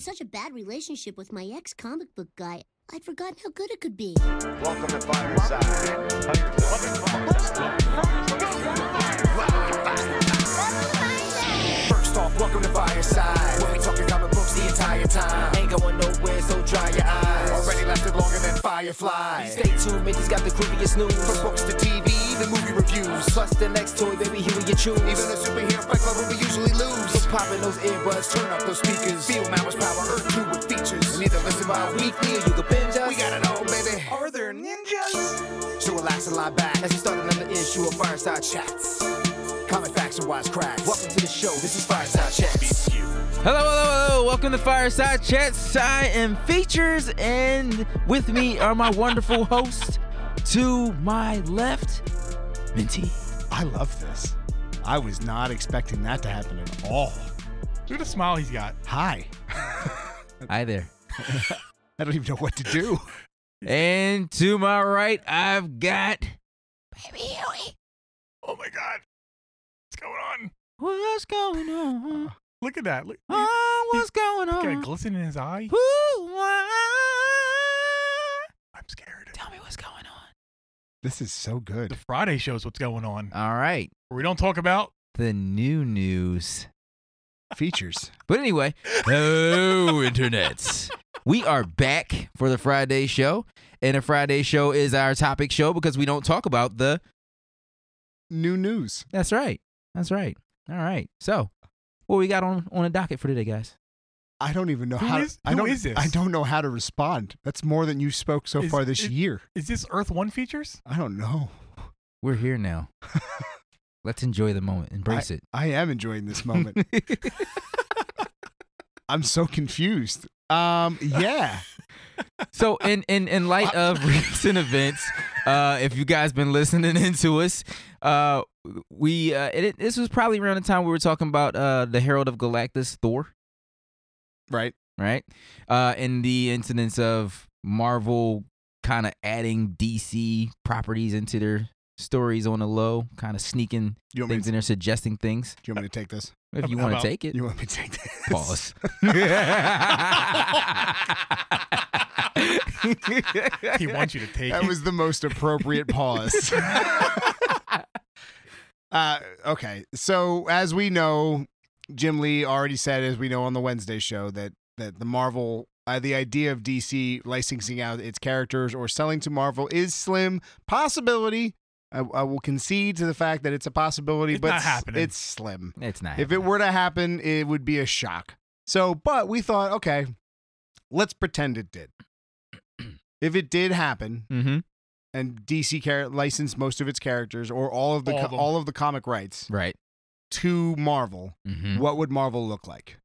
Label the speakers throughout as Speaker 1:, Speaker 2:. Speaker 1: such a bad relationship with my ex comic book guy, I'd forgotten how good it could be.
Speaker 2: Welcome to Fireside. First off, welcome to Fireside. When we talking comic books the entire time. Ain't going nowhere, so dry your eyes. Already lasted longer than Fireflies. Stay tuned, Mitch's got the creepiest news. From books to TV, even movie reviews. Plus the next toy, baby, here we get choose. Even a superhero fight club, we usually lose. So popping those earbuds, turn up those speakers. Feel Mama's power, Earth 2 with features. And either listen by weekly or you can binge us. We got it all, baby.
Speaker 3: Are there ninjas?
Speaker 2: So relax and lie back as we start another issue of Fireside Chats. Comic facts and wise cracks. Welcome to the show. This is Fireside Chats.
Speaker 4: Hello, hello, hello. Welcome to Fireside Chats. I am Features, and with me are my wonderful hosts. To my left, Minty.
Speaker 5: I love this. I was not expecting that to happen at all.
Speaker 6: Look at the smile he's got.
Speaker 5: Hi.
Speaker 4: Hi there.
Speaker 5: I don't even know what to do.
Speaker 4: And to my right, I've got.
Speaker 6: Oh my god. What's going on?
Speaker 4: What's going on?
Speaker 6: Look at that. Look,
Speaker 4: Oh, what's going
Speaker 6: got a
Speaker 4: on?
Speaker 6: glisten in his eye.
Speaker 4: Ooh, ah.
Speaker 6: I'm scared.
Speaker 4: Tell me what's going on.
Speaker 5: This is so
Speaker 6: The
Speaker 5: good.
Speaker 6: Friday show's what's going on.
Speaker 4: All right.
Speaker 6: Where we don't talk about
Speaker 4: The new news.
Speaker 5: Features.
Speaker 4: But anyway, hello, internets. We are back for the Friday show, and the Friday show is our topic show because we don't talk about the.
Speaker 5: New news.
Speaker 4: That's right. That's right. All right. So, what we got on on the docket for today, guys?
Speaker 5: I don't even know
Speaker 6: Who
Speaker 5: how
Speaker 6: is-
Speaker 5: I
Speaker 6: who
Speaker 5: don't
Speaker 6: is this?
Speaker 5: I don't know how to respond. That's more than you spoke so
Speaker 6: Is-
Speaker 5: far this
Speaker 6: is-
Speaker 5: year.
Speaker 6: is this Earth One features?
Speaker 5: I don't know.
Speaker 4: We're here now. Let's enjoy the moment. Embrace it.
Speaker 5: I am enjoying this moment. I'm so confused. Um yeah.
Speaker 4: So, in in in light of recent events, uh, if you guys been listening into us, uh, we uh, it, this was probably around the time we were talking about uh, the Herald of Galactus, Thor.
Speaker 5: right.
Speaker 4: right? Uh, in the incidence of Marvel kind of adding DC properties into their stories on the low, kind of sneaking
Speaker 5: You want me
Speaker 4: things
Speaker 5: to,
Speaker 4: in there, suggesting things.
Speaker 5: you want me to take this?
Speaker 4: If
Speaker 6: How-
Speaker 4: you
Speaker 6: how
Speaker 4: want
Speaker 6: about-
Speaker 4: to take it,
Speaker 5: You want me to take this?
Speaker 4: pause.
Speaker 6: He wants you to take
Speaker 5: That
Speaker 6: it.
Speaker 5: was the most appropriate pause. uh, okay, so as we know, Jim Lee already said, as we know on the Wednesday show, that that the Marvel, uh, the idea of DC licensing out its characters or selling to Marvel is slim possibility. I, I will concede to the fact that it's a possibility,
Speaker 6: It's
Speaker 5: but
Speaker 6: not
Speaker 5: s-
Speaker 6: happening.
Speaker 5: it's slim.
Speaker 4: it's not.
Speaker 5: If it
Speaker 4: happening.
Speaker 5: were to happen, it would be a shock. So, but we thought, okay, let's pretend it did. If it did happen,
Speaker 4: Mhm.
Speaker 5: and DC car- licensed most of its characters or all of the
Speaker 6: All
Speaker 5: co-
Speaker 6: of them.
Speaker 5: all of the comic rights
Speaker 4: right,
Speaker 5: to Marvel,
Speaker 6: Mm.
Speaker 4: Mhm.
Speaker 5: what would Marvel look like?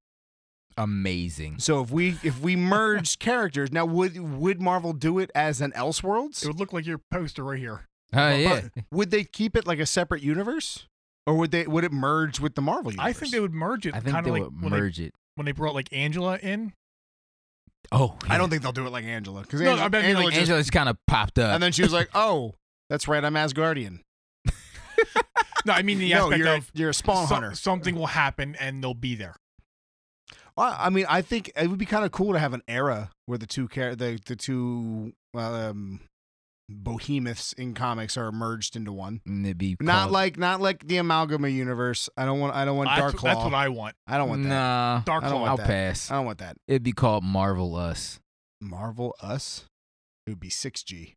Speaker 4: amazing.
Speaker 5: So if we if we merged characters, now would would Marvel do it as an Elseworlds?
Speaker 6: It would look like your poster right here.
Speaker 4: Oh yeah,
Speaker 5: But would they keep it like a separate universe, or would they would it merge with the Marvel universe?
Speaker 6: I think they would merge it.
Speaker 4: I think
Speaker 6: kind
Speaker 4: they
Speaker 6: of like
Speaker 4: would
Speaker 6: when, they,
Speaker 4: merge it.
Speaker 6: when they brought like Angela in.
Speaker 4: Oh,
Speaker 5: I don't think they'll do it like Angela because
Speaker 6: No,
Speaker 5: Angela,
Speaker 6: I bet it'd be
Speaker 5: Angela
Speaker 4: Angela
Speaker 6: like
Speaker 4: just,
Speaker 5: just
Speaker 4: kind of popped up.
Speaker 5: And then she was like, "Oh, that's right, I'm Asgardian.
Speaker 6: No, I mean the
Speaker 5: no,
Speaker 6: aspect
Speaker 5: you're
Speaker 6: of
Speaker 5: you're a spawn
Speaker 6: so-
Speaker 5: hunter."
Speaker 6: something will happen and they'll be there.
Speaker 5: I I mean, I think it would be kind of cool to have an era where the two char- the the two um, behemoths in comics are merged into one.
Speaker 4: And Mm, it'd be
Speaker 5: Not
Speaker 4: called-
Speaker 5: like not like the amalgama universe. I don't want I don't want
Speaker 6: That's-
Speaker 5: Dark
Speaker 6: that's,
Speaker 5: Claw.
Speaker 6: what I want.
Speaker 5: I don't want that.
Speaker 4: nah.
Speaker 6: Dark
Speaker 5: I don't
Speaker 6: Claw.
Speaker 5: want
Speaker 4: I'll
Speaker 5: that.
Speaker 4: pass.
Speaker 5: I don't want that.
Speaker 4: It'd be called Marvel Us.
Speaker 5: Marvel us. It would be 6G.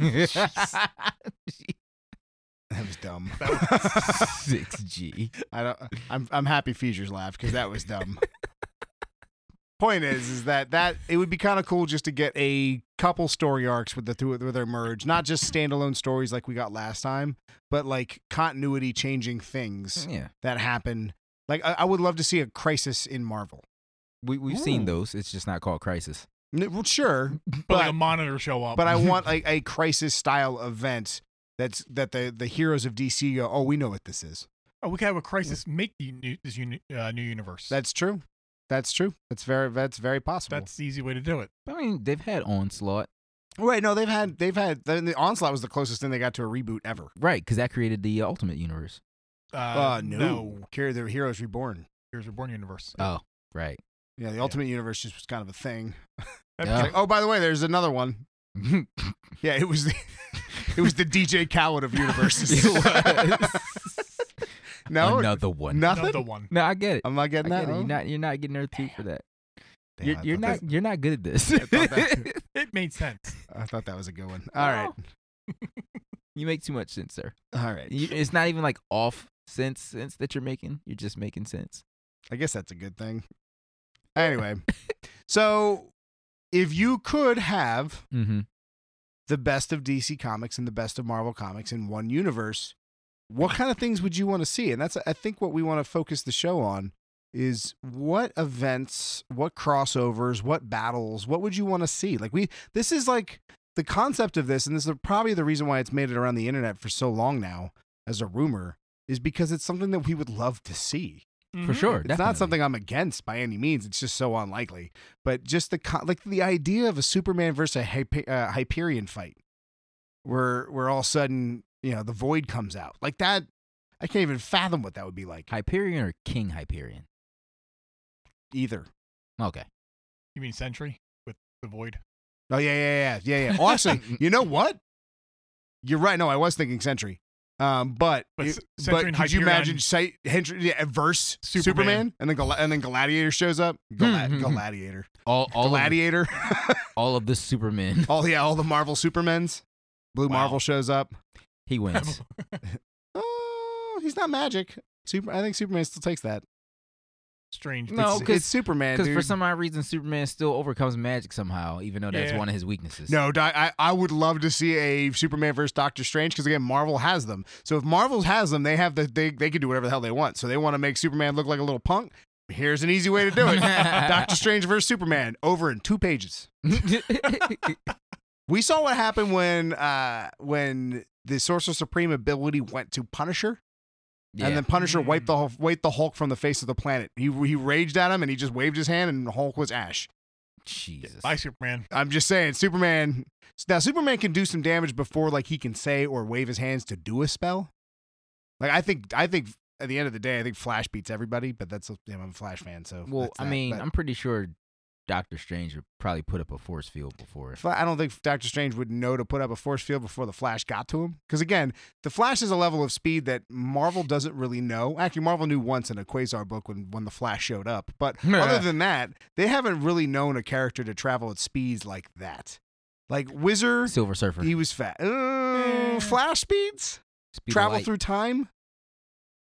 Speaker 5: That was dumb.
Speaker 4: Six G.
Speaker 5: I don't. I'm I'm happy Features laughed because that was dumb. Point is, is that that it would be kind of cool just to get a couple story arcs with the two with their merge, not just standalone stories like we got last time, but like continuity changing things
Speaker 4: Yeah,
Speaker 5: that happen. Like I, I would love to see a crisis in Marvel.
Speaker 4: we we've
Speaker 5: Ooh.
Speaker 4: seen those. It's just not called Crisis.
Speaker 5: N- well, sure,
Speaker 6: But,
Speaker 5: but-
Speaker 6: like a monitor show up.
Speaker 5: but I want like a crisis style event that's that the the heroes of DC go, oh, we know what this is.
Speaker 6: Oh, we could have a crisis. Make the new, this uni, uh, new universe.
Speaker 5: Mm. That's true. That's true. That's very that's very possible.
Speaker 6: that's the easy way to do it.
Speaker 4: I mean, they've had Onslaught,
Speaker 5: Right. Oh, No, they've had they've had the, the onslaught was the closest thing they got to a reboot ever.
Speaker 4: right? Because that created the Ultimate Universe.
Speaker 6: Uh,
Speaker 5: Here, the Heroes Reborn.
Speaker 6: Here's Reborn universe.
Speaker 4: Oh, right.
Speaker 5: Yeah, the Ultimate Universe just was kind of a thing.
Speaker 6: That'd
Speaker 4: Yeah.
Speaker 6: be
Speaker 5: Like, oh, by the way, there's another one.
Speaker 4: it
Speaker 5: Yeah, it was the, it was the DJ Khaled of universes.
Speaker 4: was
Speaker 5: no,
Speaker 4: another one. No,
Speaker 5: nothing.
Speaker 6: Another one.
Speaker 4: I get it.
Speaker 5: I'm not
Speaker 4: I
Speaker 5: getting
Speaker 4: get
Speaker 5: that.
Speaker 4: it. You're
Speaker 5: Oh.
Speaker 4: not you're not getting Earth two for that.
Speaker 5: Damn,
Speaker 4: You're,
Speaker 5: I
Speaker 4: you're
Speaker 5: thought
Speaker 4: not
Speaker 5: that-
Speaker 4: you're not good at this.
Speaker 5: thought that-
Speaker 6: It made sense.
Speaker 5: I thought that was a good one. All right,
Speaker 4: you make too much sense, sir.
Speaker 5: all right.
Speaker 4: You, it's not even like off sense sense that you're making. You're just making sense.
Speaker 5: I guess that's a good thing. Anyway, so if you could have
Speaker 4: Mm-hmm.
Speaker 5: the best of DC Comics and the best of Marvel Comics in one universe, what kind of things would you want to see? And that's, I think, what we want to focus the show on is what events, what crossovers, what battles, what would you want to see? Like, we, this is like the concept of this, and this is probably the reason why it's made it around the internet for so long now as a rumor, is because it's something that we would love to see.
Speaker 4: For
Speaker 6: Mhm.
Speaker 4: sure.
Speaker 5: It's
Speaker 4: definitely.
Speaker 5: not something I'm against by any means. It's just so unlikely. But just the co- like the idea of a Superman versus a Hyper- uh, Hyperion fight, where where all of a sudden you know the Void comes out like that. I can't even fathom what that would be like
Speaker 4: Hyperion or King Hyperion.
Speaker 5: either.
Speaker 4: Okay.
Speaker 6: You mean Sentry with the Void?
Speaker 5: Oh yeah yeah yeah yeah yeah. Oh, actually, you know what? You're right. No, I was thinking Sentry. Um, but
Speaker 6: But S- Sentry
Speaker 5: but
Speaker 6: and
Speaker 5: could you
Speaker 6: Hyperion-
Speaker 5: imagine Sy- Hentry, yeah, verse Superman.
Speaker 6: Superman.
Speaker 5: and then Gal- and then Gladiator shows up? Gala-
Speaker 4: Hmm, hmm, hmm.
Speaker 5: Gladiator,
Speaker 4: All all of,
Speaker 5: Gladiator.
Speaker 4: all of the Supermen.
Speaker 5: All yeah, all the Marvel Supermans. Blue
Speaker 6: Wow.
Speaker 5: Marvel shows up.
Speaker 4: He wins.
Speaker 5: Oh, he's not magic. Super. I think Superman still takes that.
Speaker 6: Strange.
Speaker 4: No,
Speaker 5: it's,
Speaker 4: 'cause-
Speaker 5: it's Superman.
Speaker 4: Because for
Speaker 5: dude.
Speaker 4: some odd reason, Superman still overcomes magic somehow, even though that's
Speaker 6: Yeah.
Speaker 4: one of his weaknesses.
Speaker 5: no, Doc- I I would love to see a Superman versus Doctor Strange because again, Marvel has them. So if Marvel has them, they have the they they can do whatever the hell they want. So they want to make Superman look like a little punk. Here's an easy way to do it: Doctor Strange versus Superman over in two pages. We saw what happened when uh when the Sorcerer Supreme ability went to Punisher. And then Punisher wiped the Hulk- wiped the Hulk from the face of the planet. He he raged at him and he just waved his hand and Hulk was ash.
Speaker 4: Jesus.
Speaker 6: By Superman.
Speaker 5: I'm just saying, Superman. Now Superman can do some damage before like he can say or wave his hands to do a spell. Like I think I think at the end of the day I think Flash beats everybody, but that's yeah, I'm a Flash fan, so
Speaker 4: Well,
Speaker 5: that's
Speaker 4: I
Speaker 5: that.
Speaker 4: mean,
Speaker 5: But
Speaker 4: I'm pretty sure Doctor Strange would probably put up a force field before.
Speaker 5: Fla- I don't think Doctor Strange would know to put up a force field before the Flash got to him. Because again, the Flash is a level of speed that Marvel doesn't really know. Actually, Marvel knew once in a Quasar book when, when the Flash showed up. But other than that, they haven't really known a character to travel at speeds like that. Like Wizard,
Speaker 4: Silver Surfer.
Speaker 5: he was fast.
Speaker 6: Eh.
Speaker 5: Flash speeds?
Speaker 4: Speed of
Speaker 5: travel
Speaker 4: light.
Speaker 5: through time?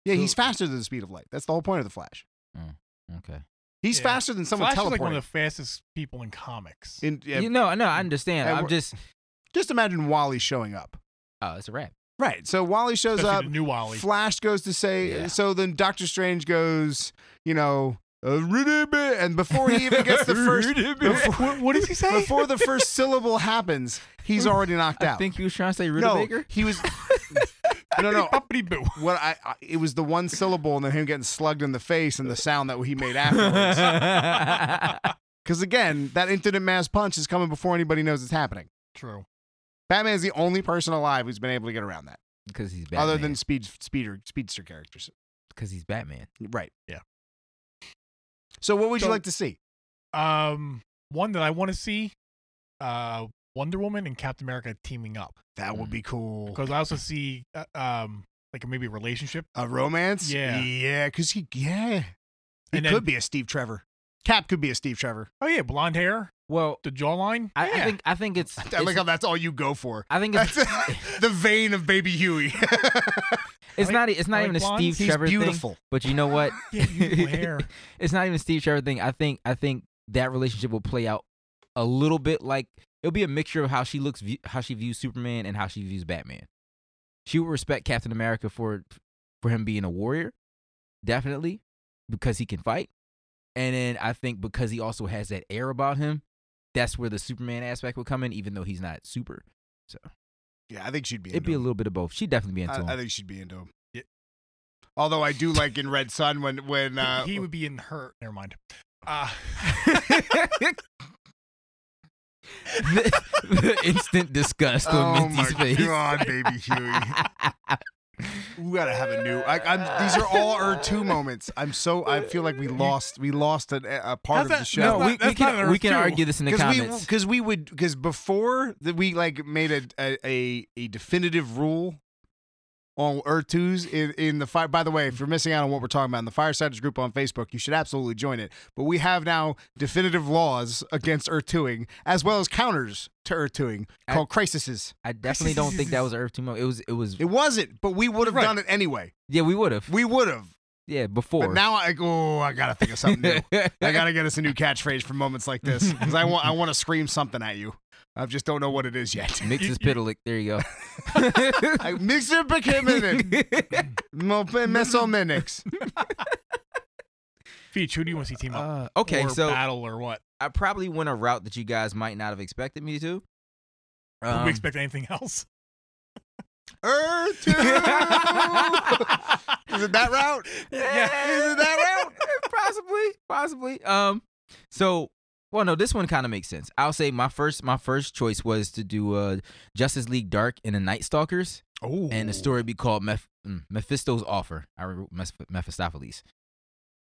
Speaker 5: Yeah,
Speaker 4: So-
Speaker 5: he's faster than the speed of light. That's the whole point of the Flash.
Speaker 4: Okay.
Speaker 5: He's
Speaker 6: Yeah.
Speaker 5: faster than someone
Speaker 6: Flash is like
Speaker 5: teleporting.
Speaker 6: one of the fastest people in comics.
Speaker 5: In- yeah,
Speaker 4: You know, no, I understand.
Speaker 5: Hey,
Speaker 4: I'm
Speaker 5: we're-
Speaker 4: just.
Speaker 5: just imagine Wally showing up.
Speaker 4: Oh, it's a wrap.
Speaker 5: Right. So Wally shows
Speaker 6: Especially
Speaker 5: up.
Speaker 6: the new Wally.
Speaker 5: Flash goes to say,
Speaker 4: Yeah.
Speaker 5: so then Doctor Strange goes, you know, "Uh, really bit," and before he even gets the first, before,
Speaker 6: what, what does he say?
Speaker 5: before the first syllable happens, he's already knocked
Speaker 4: I
Speaker 5: out.
Speaker 4: think he was trying to say
Speaker 5: no,
Speaker 4: Rutabaker.
Speaker 5: he was. No, no.
Speaker 6: Uppity boo.
Speaker 5: What I, I it was the one syllable and then him getting slugged in the face and the sound that he made afterwards. Because again, that infinite mass punch is coming before anybody knows it's happening.
Speaker 6: True.
Speaker 5: Batman is the only person alive who's been able to get around that,
Speaker 4: Because he's Batman.
Speaker 5: other than speed speeder speedster characters.
Speaker 4: because he's Batman.
Speaker 5: Right.
Speaker 6: Yeah.
Speaker 5: So what would you
Speaker 6: So-
Speaker 5: like to see?
Speaker 6: Um, one that I want to see, uh, Wonder Woman and Captain America teaming up
Speaker 5: That would be
Speaker 4: Oh,
Speaker 5: cool.
Speaker 6: Mm. because I also see, uh, um, like maybe a relationship.
Speaker 5: A romance?
Speaker 6: Yeah.
Speaker 5: Yeah, because he yeah. He
Speaker 6: And
Speaker 5: could
Speaker 6: then-
Speaker 5: be a Steve Trevor. Cap could be a Steve Trevor.
Speaker 6: Oh yeah, blonde hair,
Speaker 4: Well,
Speaker 6: the jawline.
Speaker 4: I,
Speaker 6: yeah.
Speaker 4: I think I think it's.
Speaker 5: I
Speaker 4: it's-
Speaker 5: like how that's all you go for.
Speaker 4: I think
Speaker 5: That's
Speaker 4: it's
Speaker 5: the vein of baby Huey.
Speaker 4: it's not it's not
Speaker 6: I like
Speaker 4: even a
Speaker 6: blondes.
Speaker 4: Steve
Speaker 5: He's
Speaker 4: Trevor thing.
Speaker 5: beautiful.
Speaker 4: But you know what?
Speaker 6: Yeah, beautiful hair.
Speaker 4: it's not even a Steve Trevor thing. I think I think that relationship will play out a little bit like it'll be a mixture of how she looks, view- how she views Superman, and how she views Batman. She will respect Captain America for for him being a warrior, definitely, because he can fight. And then I think because he also has that air about him, that's where the Superman aspect will come in, even though he's not super.
Speaker 5: Yeah, I think she'd be.
Speaker 4: It'd be a
Speaker 5: into
Speaker 4: little bit of both. She'd definitely be
Speaker 5: him.
Speaker 4: into
Speaker 5: I, I
Speaker 4: him.
Speaker 5: think she'd be into him.
Speaker 6: Yeah.
Speaker 5: Although I do like in Red Sun when when uh,
Speaker 6: he would be in her. Never mind. Uh,
Speaker 4: the, the instant disgust
Speaker 5: oh
Speaker 4: on Minty's
Speaker 5: my
Speaker 4: face.
Speaker 5: god, baby Huey. We gotta have a new. I, I'm. These are all our two moments. I'm so. I feel like we lost. We lost a, a part
Speaker 6: How's
Speaker 5: of
Speaker 6: that-
Speaker 5: the show.
Speaker 4: No,
Speaker 6: not-
Speaker 4: we, we
Speaker 6: that's not
Speaker 4: can
Speaker 6: an
Speaker 4: we can
Speaker 6: RFQ.
Speaker 4: argue this in the
Speaker 5: because we
Speaker 4: comments.
Speaker 5: because we would because before that we like made a a, a, a definitive rule on Earth Twos in, in the fire. By the way, if you're missing out on what we're talking about in the Firesiders group on Facebook, you should absolutely join it. But we have now definitive laws against Earth Twoing as well as counters to Earth Twoing
Speaker 4: I-
Speaker 5: called crises.
Speaker 4: I definitely don't think that was Earth Two moment. It was it was
Speaker 5: It wasn't, but we would have
Speaker 6: Right.
Speaker 5: done it anyway.
Speaker 4: yeah we would have
Speaker 5: We would have.
Speaker 4: yeah before.
Speaker 5: But now I go. I gotta think of something new. I gotta get us a new catchphrase for moments like this because I want I want to scream something at you. I just don't know what it is yet.
Speaker 4: Mix
Speaker 6: You-
Speaker 4: is
Speaker 6: you-
Speaker 4: piddlick. There you
Speaker 5: I mixed it beginning.
Speaker 4: go.
Speaker 5: Mesominix.
Speaker 6: Feach, who do you want to see team up?
Speaker 4: Uh, okay,
Speaker 6: Or
Speaker 4: so
Speaker 6: battle or what?
Speaker 4: I probably went a route that you guys might not have expected me to.
Speaker 6: Would we
Speaker 4: Um,
Speaker 6: expect anything else?
Speaker 5: Earth two. Is it that route? Is it that route?
Speaker 4: possibly, possibly. Um, so well, no, this one kind of makes sense. I'll say my first, my first choice was to do uh Justice League Dark and the Night Stalkers,
Speaker 5: Oh,
Speaker 4: and the story be called Meph- mm, Mephisto's Offer. I wrote Mes- Mephistopheles.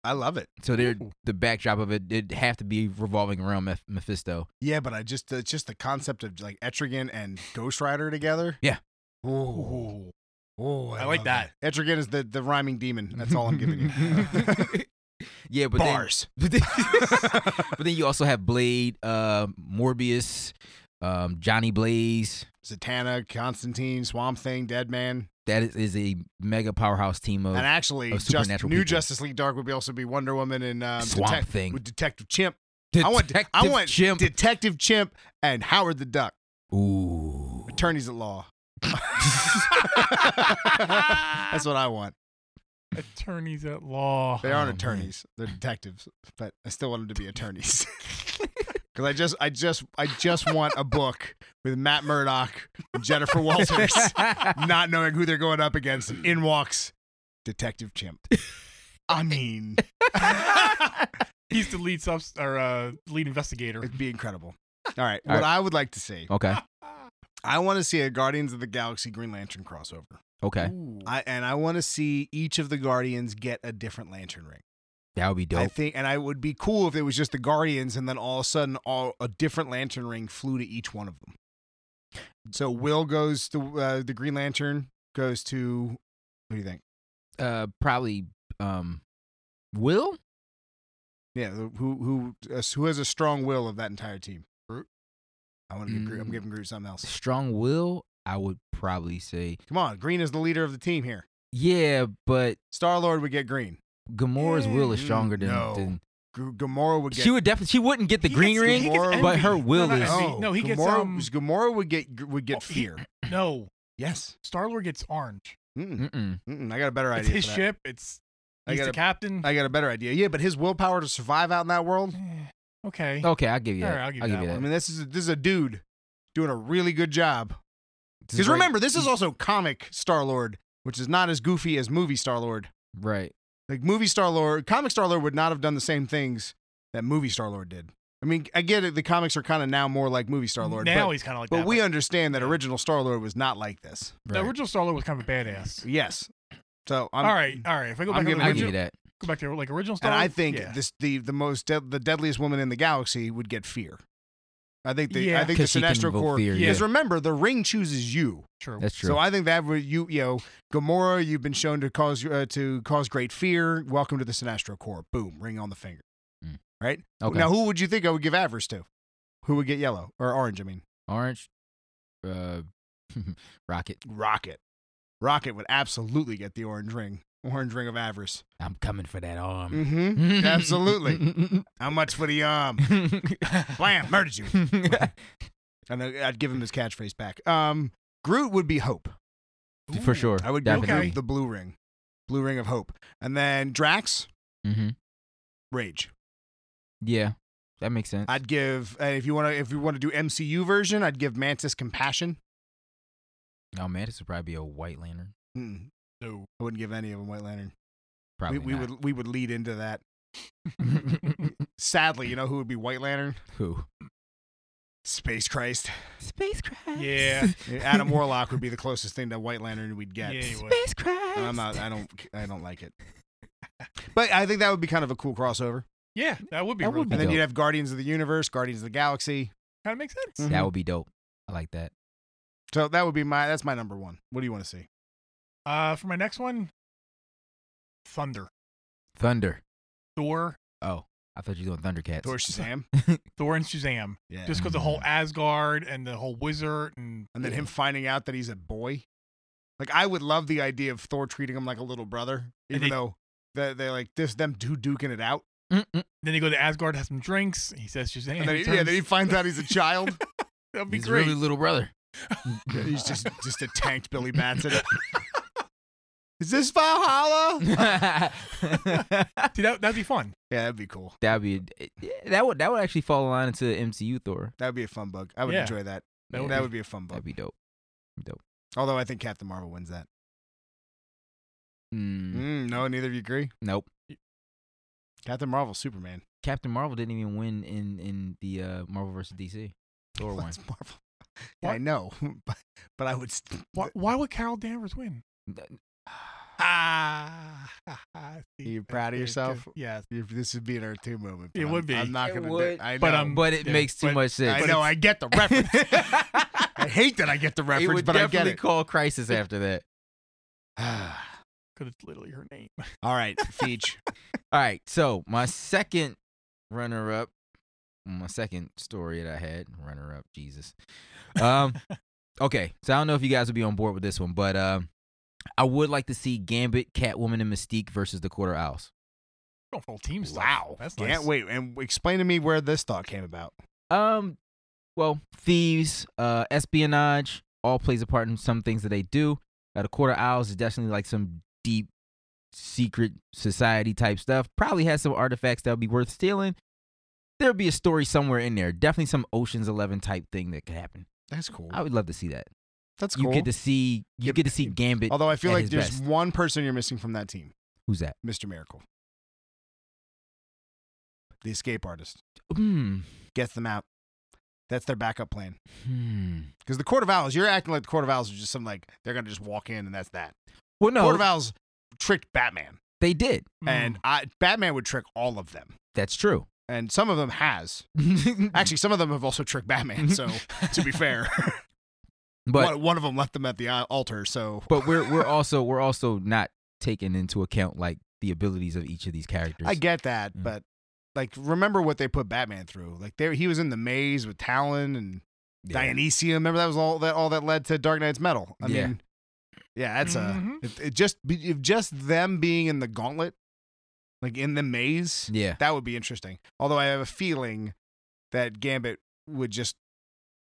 Speaker 5: I love it.
Speaker 4: So they're the backdrop of it. It'd have to be revolving around Meph- Mephisto.
Speaker 5: Yeah, but I just uh, just the concept of like Etrigan and Ghost Rider together.
Speaker 4: Yeah.
Speaker 5: Ooh. Oh,
Speaker 6: I like
Speaker 5: love Etrigan is the, the rhyming demon. That's all I'm giving you.
Speaker 4: yeah, but then-
Speaker 5: Bars.
Speaker 4: But then, but then you also have Blade, uh, Morbius, um, Johnny Blaze.
Speaker 5: Zatanna, Constantine, Swamp Thing, Dead Man,
Speaker 4: That is, is a mega powerhouse team of
Speaker 5: and actually,
Speaker 4: of
Speaker 5: just new
Speaker 4: Oh, supernatural people.
Speaker 5: Justice League Dark would be also be Wonder Woman and um,
Speaker 4: Swamp Thing.
Speaker 5: with Detective Chimp. I want
Speaker 4: detective
Speaker 5: I want
Speaker 4: chimp.
Speaker 5: Detective Chimp and Howard the Duck,
Speaker 4: Ooh,
Speaker 5: attorneys at law.
Speaker 6: that.
Speaker 5: That's what I want.
Speaker 6: Attorneys at law.
Speaker 5: They aren't
Speaker 4: Oh, man.
Speaker 5: attorneys; they're detectives. But I still want them to be attorneys. Because I just, I just, I just want a book with Matt Murdock, and Jennifer Walters, not knowing who they're going up against. and In walks Detective Chimp. I mean,
Speaker 6: He's the lead subs or uh, lead investigator.
Speaker 5: it'd be incredible. All right,
Speaker 4: All
Speaker 5: what
Speaker 4: right. Oh.
Speaker 5: I would like to see,
Speaker 4: okay,
Speaker 5: I want to see a Guardians of the Galaxy Green Lantern crossover.
Speaker 4: okay,
Speaker 6: Ooh.
Speaker 5: I and I want to see each of the Guardians get a different lantern ring.
Speaker 4: that would be
Speaker 5: I
Speaker 4: dope.
Speaker 5: think, and I would be cool if it was just the Guardians, and then all of a sudden, all a different Lantern ring flew to each one of them. So Will goes to uh, the Green Lantern, goes to what do you think?
Speaker 4: uh, probably um, Will.
Speaker 5: Yeah, the- who who uh, who has a strong will of that entire team? Groot. I want to give Groot. I'm
Speaker 4: Mm.
Speaker 5: giving Groot something else.
Speaker 4: Strong Will, I would probably say.
Speaker 5: Come on, Green is the leader of the team here.
Speaker 4: Yeah, but
Speaker 5: Star Lord would get Green.
Speaker 4: Gamora's will is
Speaker 5: Mm,
Speaker 4: stronger than.
Speaker 5: no.
Speaker 4: than
Speaker 5: Gr- Gamora would get.
Speaker 4: she would definitely. She wouldn't get the
Speaker 6: He
Speaker 4: green
Speaker 6: gets-
Speaker 4: ring.
Speaker 6: he gets
Speaker 5: Gamora,
Speaker 4: but
Speaker 6: envy.
Speaker 4: her will
Speaker 6: no, no,
Speaker 4: is-
Speaker 6: envy. No, he gets
Speaker 5: Oh, Gamora,
Speaker 6: um,
Speaker 5: Gamora would get would get
Speaker 6: Oh, he-
Speaker 5: fear.
Speaker 6: no.
Speaker 5: yes.
Speaker 6: Star Lord gets orange.
Speaker 5: Mm-mm,
Speaker 4: Mm-mm.
Speaker 5: mm-mm, mm, I got a better
Speaker 6: It's
Speaker 5: idea.
Speaker 6: his
Speaker 5: for that.
Speaker 6: ship. It's
Speaker 5: I
Speaker 6: he's
Speaker 5: got
Speaker 6: the
Speaker 5: a-
Speaker 6: captain.
Speaker 5: I got a better idea. Yeah, but his willpower to survive out in that world.
Speaker 6: Eh, okay.
Speaker 4: Okay, I'll give you that.
Speaker 6: Alright, I'll give you that
Speaker 5: I mean, this is this is a dude doing a really good job.
Speaker 4: This is
Speaker 5: Because
Speaker 4: right-
Speaker 5: remember, this is also comic Star Lord, which is not as goofy as movie Star Lord.
Speaker 4: right.
Speaker 5: Like movie Star Lord, comic Star Lord would not have done the same things that movie Star Lord did. I mean, I get it. The comics are kind of now more like movie Star Lord.
Speaker 6: Now
Speaker 5: but,
Speaker 6: he's kind of like
Speaker 5: but
Speaker 6: that.
Speaker 5: we understand that original Star Lord was not like this.
Speaker 6: the
Speaker 4: right.
Speaker 6: original Star Lord was kind of a badass.
Speaker 5: Yes. So I'm
Speaker 6: all right, all right. If I go
Speaker 5: I'm
Speaker 6: back, to
Speaker 5: giving-
Speaker 6: the
Speaker 4: I'll give you
Speaker 6: original,
Speaker 4: that.
Speaker 6: go back to like original Star
Speaker 5: And
Speaker 6: Lord.
Speaker 5: I think
Speaker 6: yeah.
Speaker 5: this the the most dead the deadliest woman in the galaxy would get fear. I think the I
Speaker 6: Yeah.
Speaker 5: think the
Speaker 4: 'Cause she can
Speaker 5: Sinestro
Speaker 4: invoke
Speaker 5: Corps.
Speaker 4: fear,
Speaker 5: Because
Speaker 6: yeah.
Speaker 5: remember, the ring chooses you.
Speaker 6: true.
Speaker 4: That's true.
Speaker 5: So I think that would you you know Gamora, you've been shown to cause uh, to cause great fear. Welcome to the Sinestro Corps. Boom, ring on the finger.
Speaker 4: Mm.
Speaker 5: Right
Speaker 4: okay.
Speaker 5: now, who would you think I would give adverse to? Who would get yellow or orange? I mean,
Speaker 4: Orange, uh, rocket.
Speaker 5: Rocket. Rocket would absolutely get the orange ring. Orange ring of avarice.
Speaker 4: I'm coming for that arm.
Speaker 5: Mm-hmm. Absolutely. How much for the um? Blam, murdered you. And I- I'd give him his catchphrase back. Um, Groot would be Hope.
Speaker 4: for sure.
Speaker 5: I would give
Speaker 4: definitely.
Speaker 6: Okay.
Speaker 5: Groot the blue ring, blue ring of Hope, and then Drax
Speaker 4: hmm
Speaker 5: Rage.
Speaker 4: Yeah, that makes sense.
Speaker 5: I'd give uh, if you want to if you want to do MCU version, I'd give Mantis Compassion.
Speaker 4: oh man, this would probably be a White Lantern.
Speaker 5: Mm-mm.
Speaker 6: No.
Speaker 5: I wouldn't give any of them White Lantern.
Speaker 4: Probably
Speaker 5: We, we
Speaker 4: not.
Speaker 5: would we would lead into that. Sadly, you know who would be White Lantern?
Speaker 4: Who?
Speaker 5: Space Christ.
Speaker 4: Space Christ.
Speaker 6: Yeah.
Speaker 5: Adam Warlock would be the closest thing to White Lantern we'd get.
Speaker 6: Yeah, he would.
Speaker 4: Space Christ.
Speaker 5: I'm not. I don't. I don't like it. But I think that would be kind of a cool crossover.
Speaker 6: Yeah, that would be.
Speaker 4: That
Speaker 6: really
Speaker 4: would
Speaker 5: And
Speaker 4: be
Speaker 5: then
Speaker 4: dope.
Speaker 5: you'd have Guardians of the Universe, Guardians of the Galaxy.
Speaker 6: Kind of makes sense.
Speaker 5: Mhm.
Speaker 4: That would be dope. I like that.
Speaker 5: So that would be my. That's my number one. What do you want to see?
Speaker 6: Uh, for my next one, Thunder,
Speaker 4: Thunder.
Speaker 6: Thor,
Speaker 4: Oh, I thought you were doing Thundercats.
Speaker 5: Thor Shazam.
Speaker 6: Thor and Shazam.
Speaker 5: Yeah.
Speaker 6: Just because the whole Asgard and the whole wizard and
Speaker 5: and then him finding out that he's a boy. Like I would love the idea of Thor treating him like a little brother,
Speaker 6: And
Speaker 5: even
Speaker 6: they-
Speaker 5: though they they like this them two duking it out.
Speaker 4: Mm-mm.
Speaker 6: Then they go to Asgard, have some drinks. He says Shazam.
Speaker 5: And
Speaker 6: he
Speaker 5: then, he- yeah,
Speaker 6: turns-
Speaker 5: then he finds out he's a child.
Speaker 6: that'd be
Speaker 4: He's
Speaker 6: great.
Speaker 4: really little brother.
Speaker 5: he's just just a tanked Billy Batson. Is this Valhalla?
Speaker 4: that
Speaker 6: See, that, that'd be fun.
Speaker 5: Yeah, that'd be cool.
Speaker 4: would be that would that would actually fall in line into MCU Thor.
Speaker 5: That'd be a fun book. I would
Speaker 6: Yeah.
Speaker 5: enjoy that.
Speaker 6: That would
Speaker 5: that would be a fun
Speaker 4: That'd
Speaker 5: book.
Speaker 4: be dope.
Speaker 5: Although I think Captain Marvel wins that.
Speaker 4: Mm,
Speaker 5: Mm, no, neither of you agree.
Speaker 4: Nope.
Speaker 5: Captain Marvel, Superman.
Speaker 4: Captain Marvel didn't even win in in the uh, Marvel versus DC. Thor won.
Speaker 5: That's Marvel. Yeah, I
Speaker 6: What?
Speaker 5: know, but, but I would. St-
Speaker 6: Why, why would Carol Danvers win? Ah, Are
Speaker 5: you proud of yourself?
Speaker 6: Yeah.
Speaker 5: if this would be an Earth Two moment. but
Speaker 6: It
Speaker 5: I'm-
Speaker 6: would be.
Speaker 5: I'm not
Speaker 4: It
Speaker 5: gonna.
Speaker 4: would,
Speaker 5: do, I know.
Speaker 6: but I'm-
Speaker 4: But it
Speaker 6: Yeah,
Speaker 4: makes too
Speaker 6: but-
Speaker 4: much sense.
Speaker 5: I know. I get the reference. I hate that I get the
Speaker 4: it
Speaker 5: reference,
Speaker 4: would
Speaker 5: but I get
Speaker 4: definitely
Speaker 5: it.
Speaker 4: call Crisis after that.
Speaker 6: Because it's literally her name.
Speaker 5: All right, Feech.
Speaker 4: All right, so my second runner up, my second story that I had, runner up, Jesus. Um, okay, so I don't know if you guys would be on board with this one, but um, I would like to see Gambit, Catwoman, and Mystique versus the Quarter Owls.
Speaker 6: Going for whole team stuff.
Speaker 5: wow,
Speaker 6: That's
Speaker 5: can't
Speaker 6: nice.
Speaker 5: wait. And explain to me where this thought came about.
Speaker 4: Um, well, thieves, uh, espionage, all plays a part in some things that they do. Uh, the Quarter Owls is definitely like some deep secret society type stuff. Probably has some artifacts that would be worth stealing. There'll be a story somewhere in there. Definitely some Ocean's Eleven type thing that could happen.
Speaker 5: That's cool.
Speaker 4: I would love to see that.
Speaker 5: That's
Speaker 4: Oh, you
Speaker 5: cool.
Speaker 4: get to see you
Speaker 5: Yeah,
Speaker 4: get to see Gambit.
Speaker 5: Although I feel
Speaker 4: at
Speaker 5: like
Speaker 4: his
Speaker 5: there's
Speaker 4: best.
Speaker 5: one person you're missing from that team,
Speaker 4: Who's that?
Speaker 5: Mr. Miracle, the escape artist.
Speaker 4: Hmm.
Speaker 5: Gets them out. That's their backup plan.
Speaker 4: Hmm.
Speaker 5: Because the Court of Owls, you're acting like the Court of Owls is just some like they're gonna just walk in and that's that.
Speaker 4: Well, no, Mm.
Speaker 5: Court of Owls tricked Batman,
Speaker 4: they did.
Speaker 6: Mm,
Speaker 5: and I, Batman would trick all of them,
Speaker 4: That's true.
Speaker 5: and some of them has. Actually, some of them have also tricked Batman. So to be fair,
Speaker 4: but
Speaker 5: one, one of them left them at the uh, altar. So
Speaker 4: but we're we're also we're also not taking into account like the abilities of each of these characters.
Speaker 5: I get that,
Speaker 4: Mm.
Speaker 5: but like remember what they put Batman through. Like there, he was in the maze with Talon and
Speaker 4: Yeah.
Speaker 5: Dionysium. Remember that was all that all that led to Dark Knight's Metal. I
Speaker 4: Yeah.
Speaker 5: mean, yeah, that's
Speaker 6: Mhm.
Speaker 5: a if it just if just them being in the gauntlet, like in the maze,
Speaker 4: Yeah,
Speaker 5: that would be interesting. Although I have a feeling that Gambit would just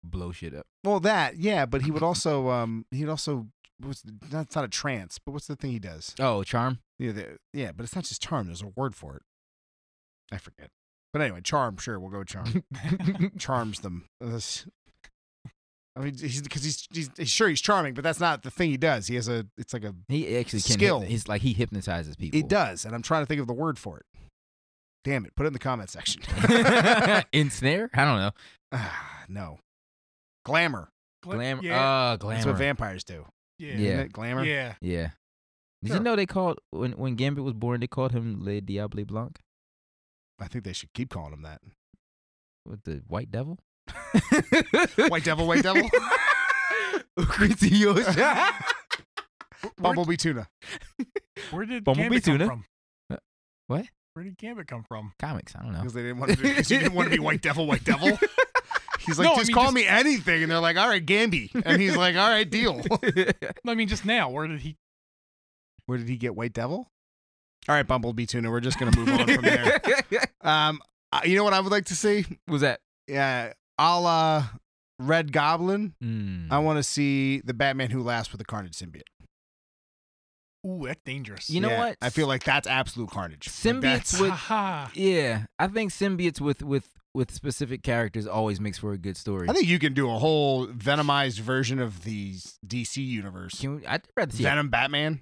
Speaker 4: blow shit up.
Speaker 5: well that yeah, but he would also um he'd also what's the- that's not a trance, but what's the thing he does?
Speaker 4: Oh, charm.
Speaker 5: Yeah, the, yeah, but it's not just charm. There's a word for it. I forget. But anyway, charm. Sure, we'll go with charm. Charms them. This- I mean, he's because he's, he's, he's sure he's charming, but that's not the thing he does. He has a. It's like a.
Speaker 4: He actually can.
Speaker 5: Skill.
Speaker 4: Hyp- he's like he hypnotizes people.
Speaker 5: He does, and I'm trying to think of the word for it. Damn it! Put it in the comment section.
Speaker 4: Ensnare? I don't know.
Speaker 5: Ah, no, glamour.
Speaker 6: Gla-
Speaker 4: Glamour.
Speaker 6: Yeah.
Speaker 4: Uh,
Speaker 5: That's what
Speaker 4: glamour.
Speaker 5: vampires do.
Speaker 6: yeah.
Speaker 5: Isn't
Speaker 4: Yeah.
Speaker 5: it? glamour.
Speaker 6: Yeah.
Speaker 4: yeah. Did
Speaker 5: Sure.
Speaker 4: you know they called when when Gambit was born? They called him Le Diable Blanc,
Speaker 5: I think they should keep calling him that.
Speaker 4: with the White Devil.
Speaker 5: White devil, white devil, bumblebee tuna.
Speaker 6: Where did
Speaker 4: Bumblebee
Speaker 6: Gambit
Speaker 4: tuna.
Speaker 6: come
Speaker 4: Uh,
Speaker 6: from?
Speaker 4: what?
Speaker 6: Where did Gambit come from?
Speaker 4: Comics. I don't know.
Speaker 5: Because they didn't want to. Because he didn't want to be white devil, white devil. He's like,
Speaker 6: No, I
Speaker 5: just
Speaker 6: mean,
Speaker 5: call
Speaker 6: just-
Speaker 5: me anything, and they're like, all right, Gamby, and he's like, all right, deal.
Speaker 6: I mean, just now. Where did he?
Speaker 5: Where did he get White Devil? All right, Bumblebee Tuna, we're just gonna move on from there. Um, uh, you know what I would like to see?
Speaker 4: was that?
Speaker 5: Yeah, a la Red Goblin.
Speaker 6: Hmm.
Speaker 4: Mm.
Speaker 5: I want to see the Batman Who Laughs with the Carnage symbiote.
Speaker 6: Ooh, that's dangerous.
Speaker 4: You know
Speaker 5: Yeah,
Speaker 4: what?
Speaker 5: I feel like that's absolute carnage. Like, that's-
Speaker 4: Symbiotes with
Speaker 6: Ha
Speaker 4: yeah. I think symbiotes with with with specific characters always makes for a good story.
Speaker 5: I think you can do a whole venomized version of the DC universe.
Speaker 4: Can we, I'd rather see. A,
Speaker 5: Venom Batman.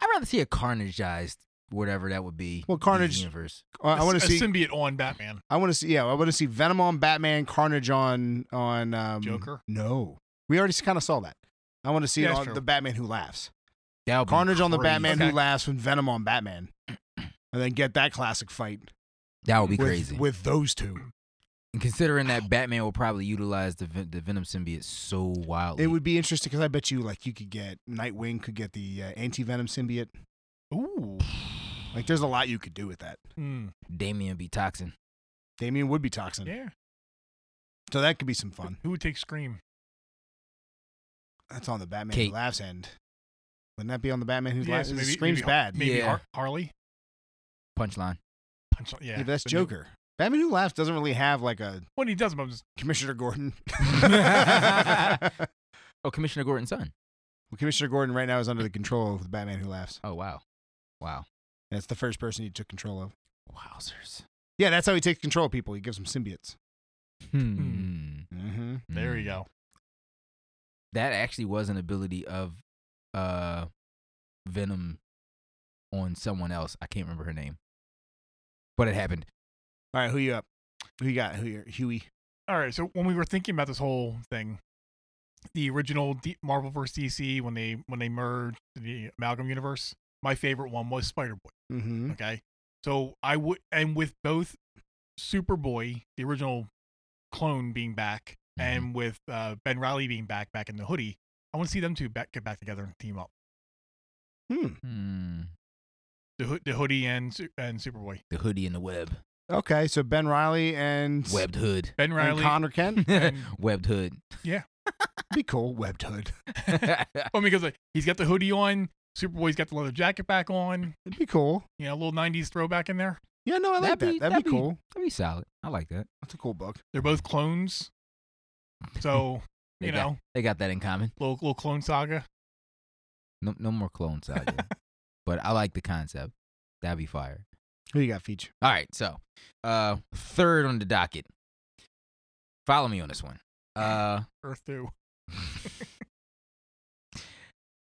Speaker 4: I'd rather see a carnageized whatever that would be.
Speaker 5: Well,
Speaker 4: DC
Speaker 5: Carnage-
Speaker 4: universe.
Speaker 5: I, Uh, I
Speaker 6: A-
Speaker 5: want
Speaker 6: a
Speaker 5: to see.
Speaker 6: symbiote on Batman.
Speaker 5: I want to see. Yeah, I want to see Venom on Batman, Carnage on on um,
Speaker 6: Joker?
Speaker 5: No, we already kind of saw that. I want to see
Speaker 6: Yeah,
Speaker 5: it
Speaker 6: that's
Speaker 5: on
Speaker 6: true.
Speaker 5: the Batman Who Laughs,
Speaker 4: That would be
Speaker 5: Carnage on the
Speaker 4: crazy.
Speaker 5: Batman
Speaker 6: Okay.
Speaker 5: Who Laughs, and Venom on Batman, and then get that classic fight
Speaker 4: That would be
Speaker 5: with,
Speaker 4: crazy.
Speaker 5: with those two.
Speaker 4: and considering that Batman will probably utilize the Ven- the Venom symbiote so wildly,
Speaker 5: It would be interesting because I bet you like you could get Nightwing could get the uh, anti Venom symbiote.
Speaker 6: Ooh.
Speaker 5: Like, there's a lot you could do with that.
Speaker 6: Hmm.
Speaker 4: Damien be toxin.
Speaker 5: Damien would be toxin,
Speaker 6: Yeah.
Speaker 5: so that could be some fun.
Speaker 6: Who would take Scream?
Speaker 5: That's on the Batman
Speaker 4: Kate.
Speaker 5: Who Laughs end. Wouldn't that be on the Batman Who
Speaker 6: Yeah,
Speaker 5: Laughs?
Speaker 6: so maybe-
Speaker 5: Screams
Speaker 6: maybe Har-
Speaker 5: bad.
Speaker 6: Maybe
Speaker 4: Yeah.
Speaker 6: Har- Harley.
Speaker 4: Punchline.
Speaker 6: Punch, yeah,
Speaker 5: Yeah, but that's
Speaker 6: the new-
Speaker 5: Joker. Batman Who Laughs doesn't really have like a
Speaker 6: When he does, them, I'm just
Speaker 5: Commissioner Gordon. well,
Speaker 4: Oh, Commissioner Gordon's son.
Speaker 5: Commissioner Gordon right now is under the control of the Batman Who Laughs.
Speaker 4: Oh wow, wow,
Speaker 5: That's the first person he took control of.
Speaker 4: wowzers.
Speaker 5: Yeah, that's how he takes control of people. He gives them symbiotes.
Speaker 4: Hmm.
Speaker 5: Mm-hmm.
Speaker 6: there.
Speaker 4: Mm.
Speaker 6: You go.
Speaker 4: That actually was an ability of uh Venom on someone else. I can't remember her name. But it happened.
Speaker 5: All right, who you up? Who you got? Who you Huey?
Speaker 6: All right. So when we were thinking about this whole thing, the original D- Marvel vs. DC when they when they merged the amalgam universe, my favorite one was Spider Boy.
Speaker 5: Mm-hmm.
Speaker 6: Okay. So I would, and with both Superboy, the original clone being back, and with uh, Ben Riley being back, back in the hoodie, I want to see them two back, get back together and team up.
Speaker 5: Hmm.
Speaker 4: Hmm.
Speaker 6: The, hoo- the hoodie and Su- and Superboy.
Speaker 4: The hoodie and the web.
Speaker 5: Okay, so Ben Riley and
Speaker 4: Webbed hood.
Speaker 6: Ben
Speaker 5: and
Speaker 6: Riley.
Speaker 5: Connor Kent
Speaker 6: And-
Speaker 4: Webbed hood.
Speaker 5: be cool. Webbed Hood.
Speaker 6: oh, because like, he's got the hoodie on. Superboy's got the leather jacket back on.
Speaker 5: It'd be cool.
Speaker 6: You know, a little '90s throwback in there.
Speaker 5: Yeah, no, I like
Speaker 4: That'd
Speaker 5: that.
Speaker 4: be-
Speaker 5: that'd,
Speaker 4: that'd
Speaker 5: be
Speaker 4: be-
Speaker 5: cool.
Speaker 4: That'd be solid. I like that.
Speaker 5: That's a cool book.
Speaker 6: They're both clones, so
Speaker 4: Mm-hmm. They
Speaker 6: you
Speaker 4: got-
Speaker 6: know,
Speaker 4: They got that in common.
Speaker 6: little little clone saga.
Speaker 4: No, no more clone saga. but I like the concept. That'd be fire.
Speaker 5: Who you got, Feature?
Speaker 4: All right, so uh third on the docket. Follow me on this one. Uh
Speaker 6: Earth Two.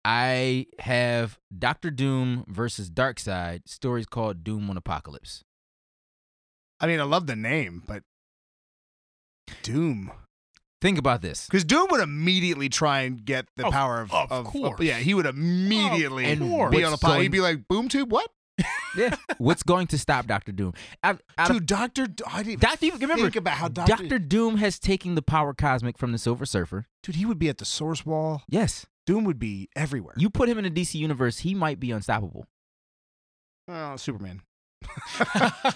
Speaker 4: I have Doctor Doom versus Darkseid. Stories called Doom on Apocalypse.
Speaker 5: I mean, I love the name, but Doom.
Speaker 4: Think about this.
Speaker 5: Because Doom would immediately try and get the
Speaker 6: Of-
Speaker 5: power of,
Speaker 6: of course.
Speaker 5: yeah, he would immediately
Speaker 4: Of course.
Speaker 5: be on a
Speaker 4: What's
Speaker 5: pile.
Speaker 4: going-
Speaker 5: He'd be like, "Boom tube, what?"
Speaker 4: Yeah. What's going to stop Doctor Doom? Out, out of-
Speaker 5: Dude, Doctor, D- I didn't
Speaker 4: Doctor, you remember
Speaker 5: think about how Doctor,
Speaker 4: Doctor Doom has taken the power cosmic from the Silver Surfer.
Speaker 5: dude, he would be at the Source Wall.
Speaker 4: Yes.
Speaker 5: Doom would be everywhere.
Speaker 4: You put him in the DC universe, he might be unstoppable.
Speaker 5: oh, Superman.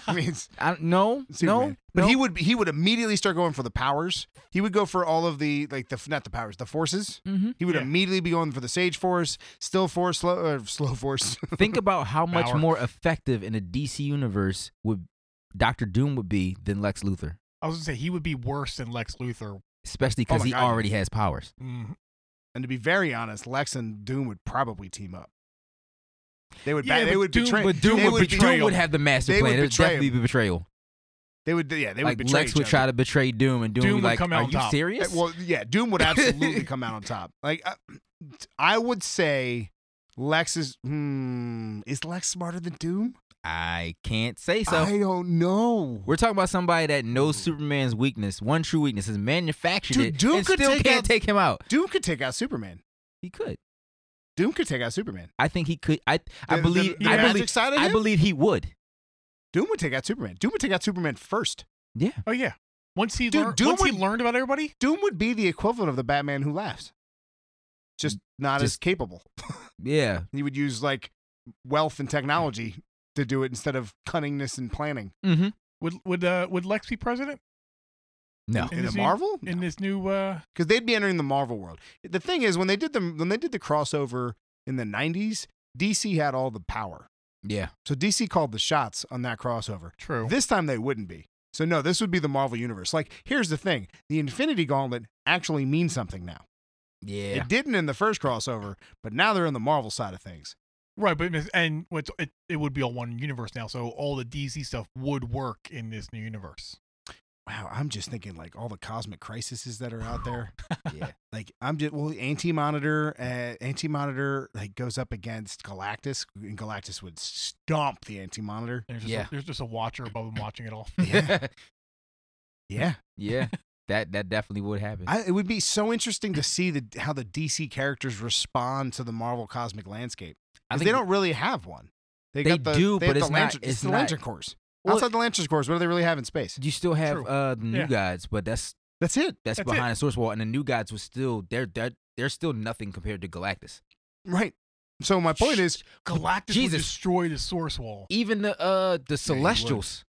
Speaker 5: I mean, it's
Speaker 4: I no,
Speaker 5: Superman.
Speaker 4: no,
Speaker 5: but
Speaker 4: no.
Speaker 5: he would he would immediately start going for the powers. He would go for all of the like the not the powers, the forces.
Speaker 4: Mhm.
Speaker 5: He would
Speaker 6: Yeah.
Speaker 5: immediately be going for the Sage Force, Still Force, Slow uh, Slow Force.
Speaker 4: Think about how much
Speaker 6: Power.
Speaker 4: more effective in a DC universe would Doctor Doom would be than Lex Luthor,
Speaker 6: I was gonna say he would be worse than Lex Luthor.
Speaker 4: especially
Speaker 5: Oh
Speaker 4: because
Speaker 5: my
Speaker 4: he
Speaker 5: God.
Speaker 4: already has powers.
Speaker 6: Mm,
Speaker 5: And to be very honest, Lex and Doom would probably team up. They would.
Speaker 6: Yeah,
Speaker 5: bat, they
Speaker 6: but
Speaker 5: would
Speaker 6: Doom-
Speaker 5: betray.
Speaker 4: But Doom
Speaker 5: they
Speaker 4: would,
Speaker 5: would
Speaker 4: be-
Speaker 6: betray
Speaker 4: Doom would
Speaker 6: him.
Speaker 4: have the master
Speaker 5: They would
Speaker 4: plan. It would
Speaker 5: betray
Speaker 4: definitely be betrayal.
Speaker 5: They would. Yeah, they
Speaker 4: like
Speaker 5: would betray.
Speaker 4: Lex
Speaker 5: each
Speaker 4: would
Speaker 5: other.
Speaker 4: try to betray Doom, and Doom,
Speaker 6: Doom
Speaker 4: would
Speaker 6: would
Speaker 4: like,
Speaker 6: come out
Speaker 4: "Are
Speaker 6: on
Speaker 4: you
Speaker 6: top."
Speaker 4: serious?"
Speaker 5: Well, yeah, Doom would absolutely come out on top. Like, I, I would say, Lex is. Hmm, is Lex smarter than Doom?
Speaker 4: I can't say so.
Speaker 5: I don't know.
Speaker 4: We're talking about somebody that knows Superman's weakness, one true weakness, has manufactured
Speaker 5: Dude,
Speaker 4: it,
Speaker 5: Doom
Speaker 4: and
Speaker 5: could
Speaker 4: still
Speaker 5: take
Speaker 4: can't
Speaker 5: out-
Speaker 4: take him out.
Speaker 5: Doom could take out Superman.
Speaker 4: He could.
Speaker 5: Doom could take out Superman.
Speaker 4: I think he could. I I
Speaker 5: The-
Speaker 4: believe.
Speaker 5: the, the
Speaker 4: I
Speaker 5: magic
Speaker 4: believe.
Speaker 5: side of
Speaker 4: I
Speaker 5: him?
Speaker 4: believe he would.
Speaker 5: Doom would take out Superman. Doom would take out Superman first.
Speaker 4: Yeah.
Speaker 6: Oh yeah. Once he
Speaker 5: Dude,
Speaker 6: learned,
Speaker 5: Doom
Speaker 6: once he
Speaker 5: would-
Speaker 6: learned about everybody,
Speaker 5: Doom would be the equivalent of the Batman Who Laughs, just not as
Speaker 4: Mm, Just-
Speaker 5: capable.
Speaker 4: Yeah.
Speaker 5: He would use like wealth and technology to do it instead of cunningness and planning.
Speaker 4: Mm-hmm.
Speaker 6: would would uh, would Lex be president
Speaker 4: No.
Speaker 6: In
Speaker 5: In a
Speaker 6: this new-
Speaker 5: Marvel?
Speaker 6: in this new? Uh,
Speaker 5: because they'd be entering the Marvel world. The thing is, when they did the when they did the crossover in the '90s, DC had all the power,
Speaker 4: Yeah.
Speaker 5: so DC called the shots on that crossover.
Speaker 6: True.
Speaker 5: This time they wouldn't be. So no, this would be the Marvel universe. Like, here's the thing: the Infinity Gauntlet actually means something now.
Speaker 4: Yeah.
Speaker 5: It didn't in the first crossover, but now they're in the Marvel side of things.
Speaker 6: right, but it's- and what's it, it would be all one universe now, so all the DC stuff would work in this new universe.
Speaker 5: wow, I'm just thinking like all the cosmic crises that are out there.
Speaker 4: Yeah.
Speaker 5: Like I'm just well, Anti Monitor, uh, Anti Monitor like goes up against Galactus, and Galactus would stomp the Anti Monitor.
Speaker 6: There's just,
Speaker 4: Yeah.
Speaker 6: a, there's just a watcher above him watching it all.
Speaker 4: Yeah.
Speaker 5: Yeah,
Speaker 4: yeah. That that definitely would happen.
Speaker 5: I, it would be so interesting to see the how the DC characters respond to the Marvel cosmic landscape.
Speaker 4: I
Speaker 5: 'Cause
Speaker 4: think
Speaker 5: they don't really have one.
Speaker 4: They do,
Speaker 5: have
Speaker 4: but it's
Speaker 5: the
Speaker 4: not-
Speaker 5: Lantern,
Speaker 4: it's
Speaker 5: the
Speaker 4: not-
Speaker 5: Lantern Corps.
Speaker 4: Well,
Speaker 5: Outside the Lantern Corps, what do they really have in space?
Speaker 4: you still have
Speaker 6: True.
Speaker 4: uh the new
Speaker 6: Yeah.
Speaker 4: gods, but that's
Speaker 5: That's it,
Speaker 4: that's,
Speaker 6: That's it.
Speaker 4: behind the source wall, and the new gods was still they're they're they're still nothing compared to Galactus.
Speaker 5: right? So my point is,
Speaker 6: Galactus
Speaker 4: Jesus.
Speaker 6: would destroy the source wall.
Speaker 4: Even the uh the Celestials.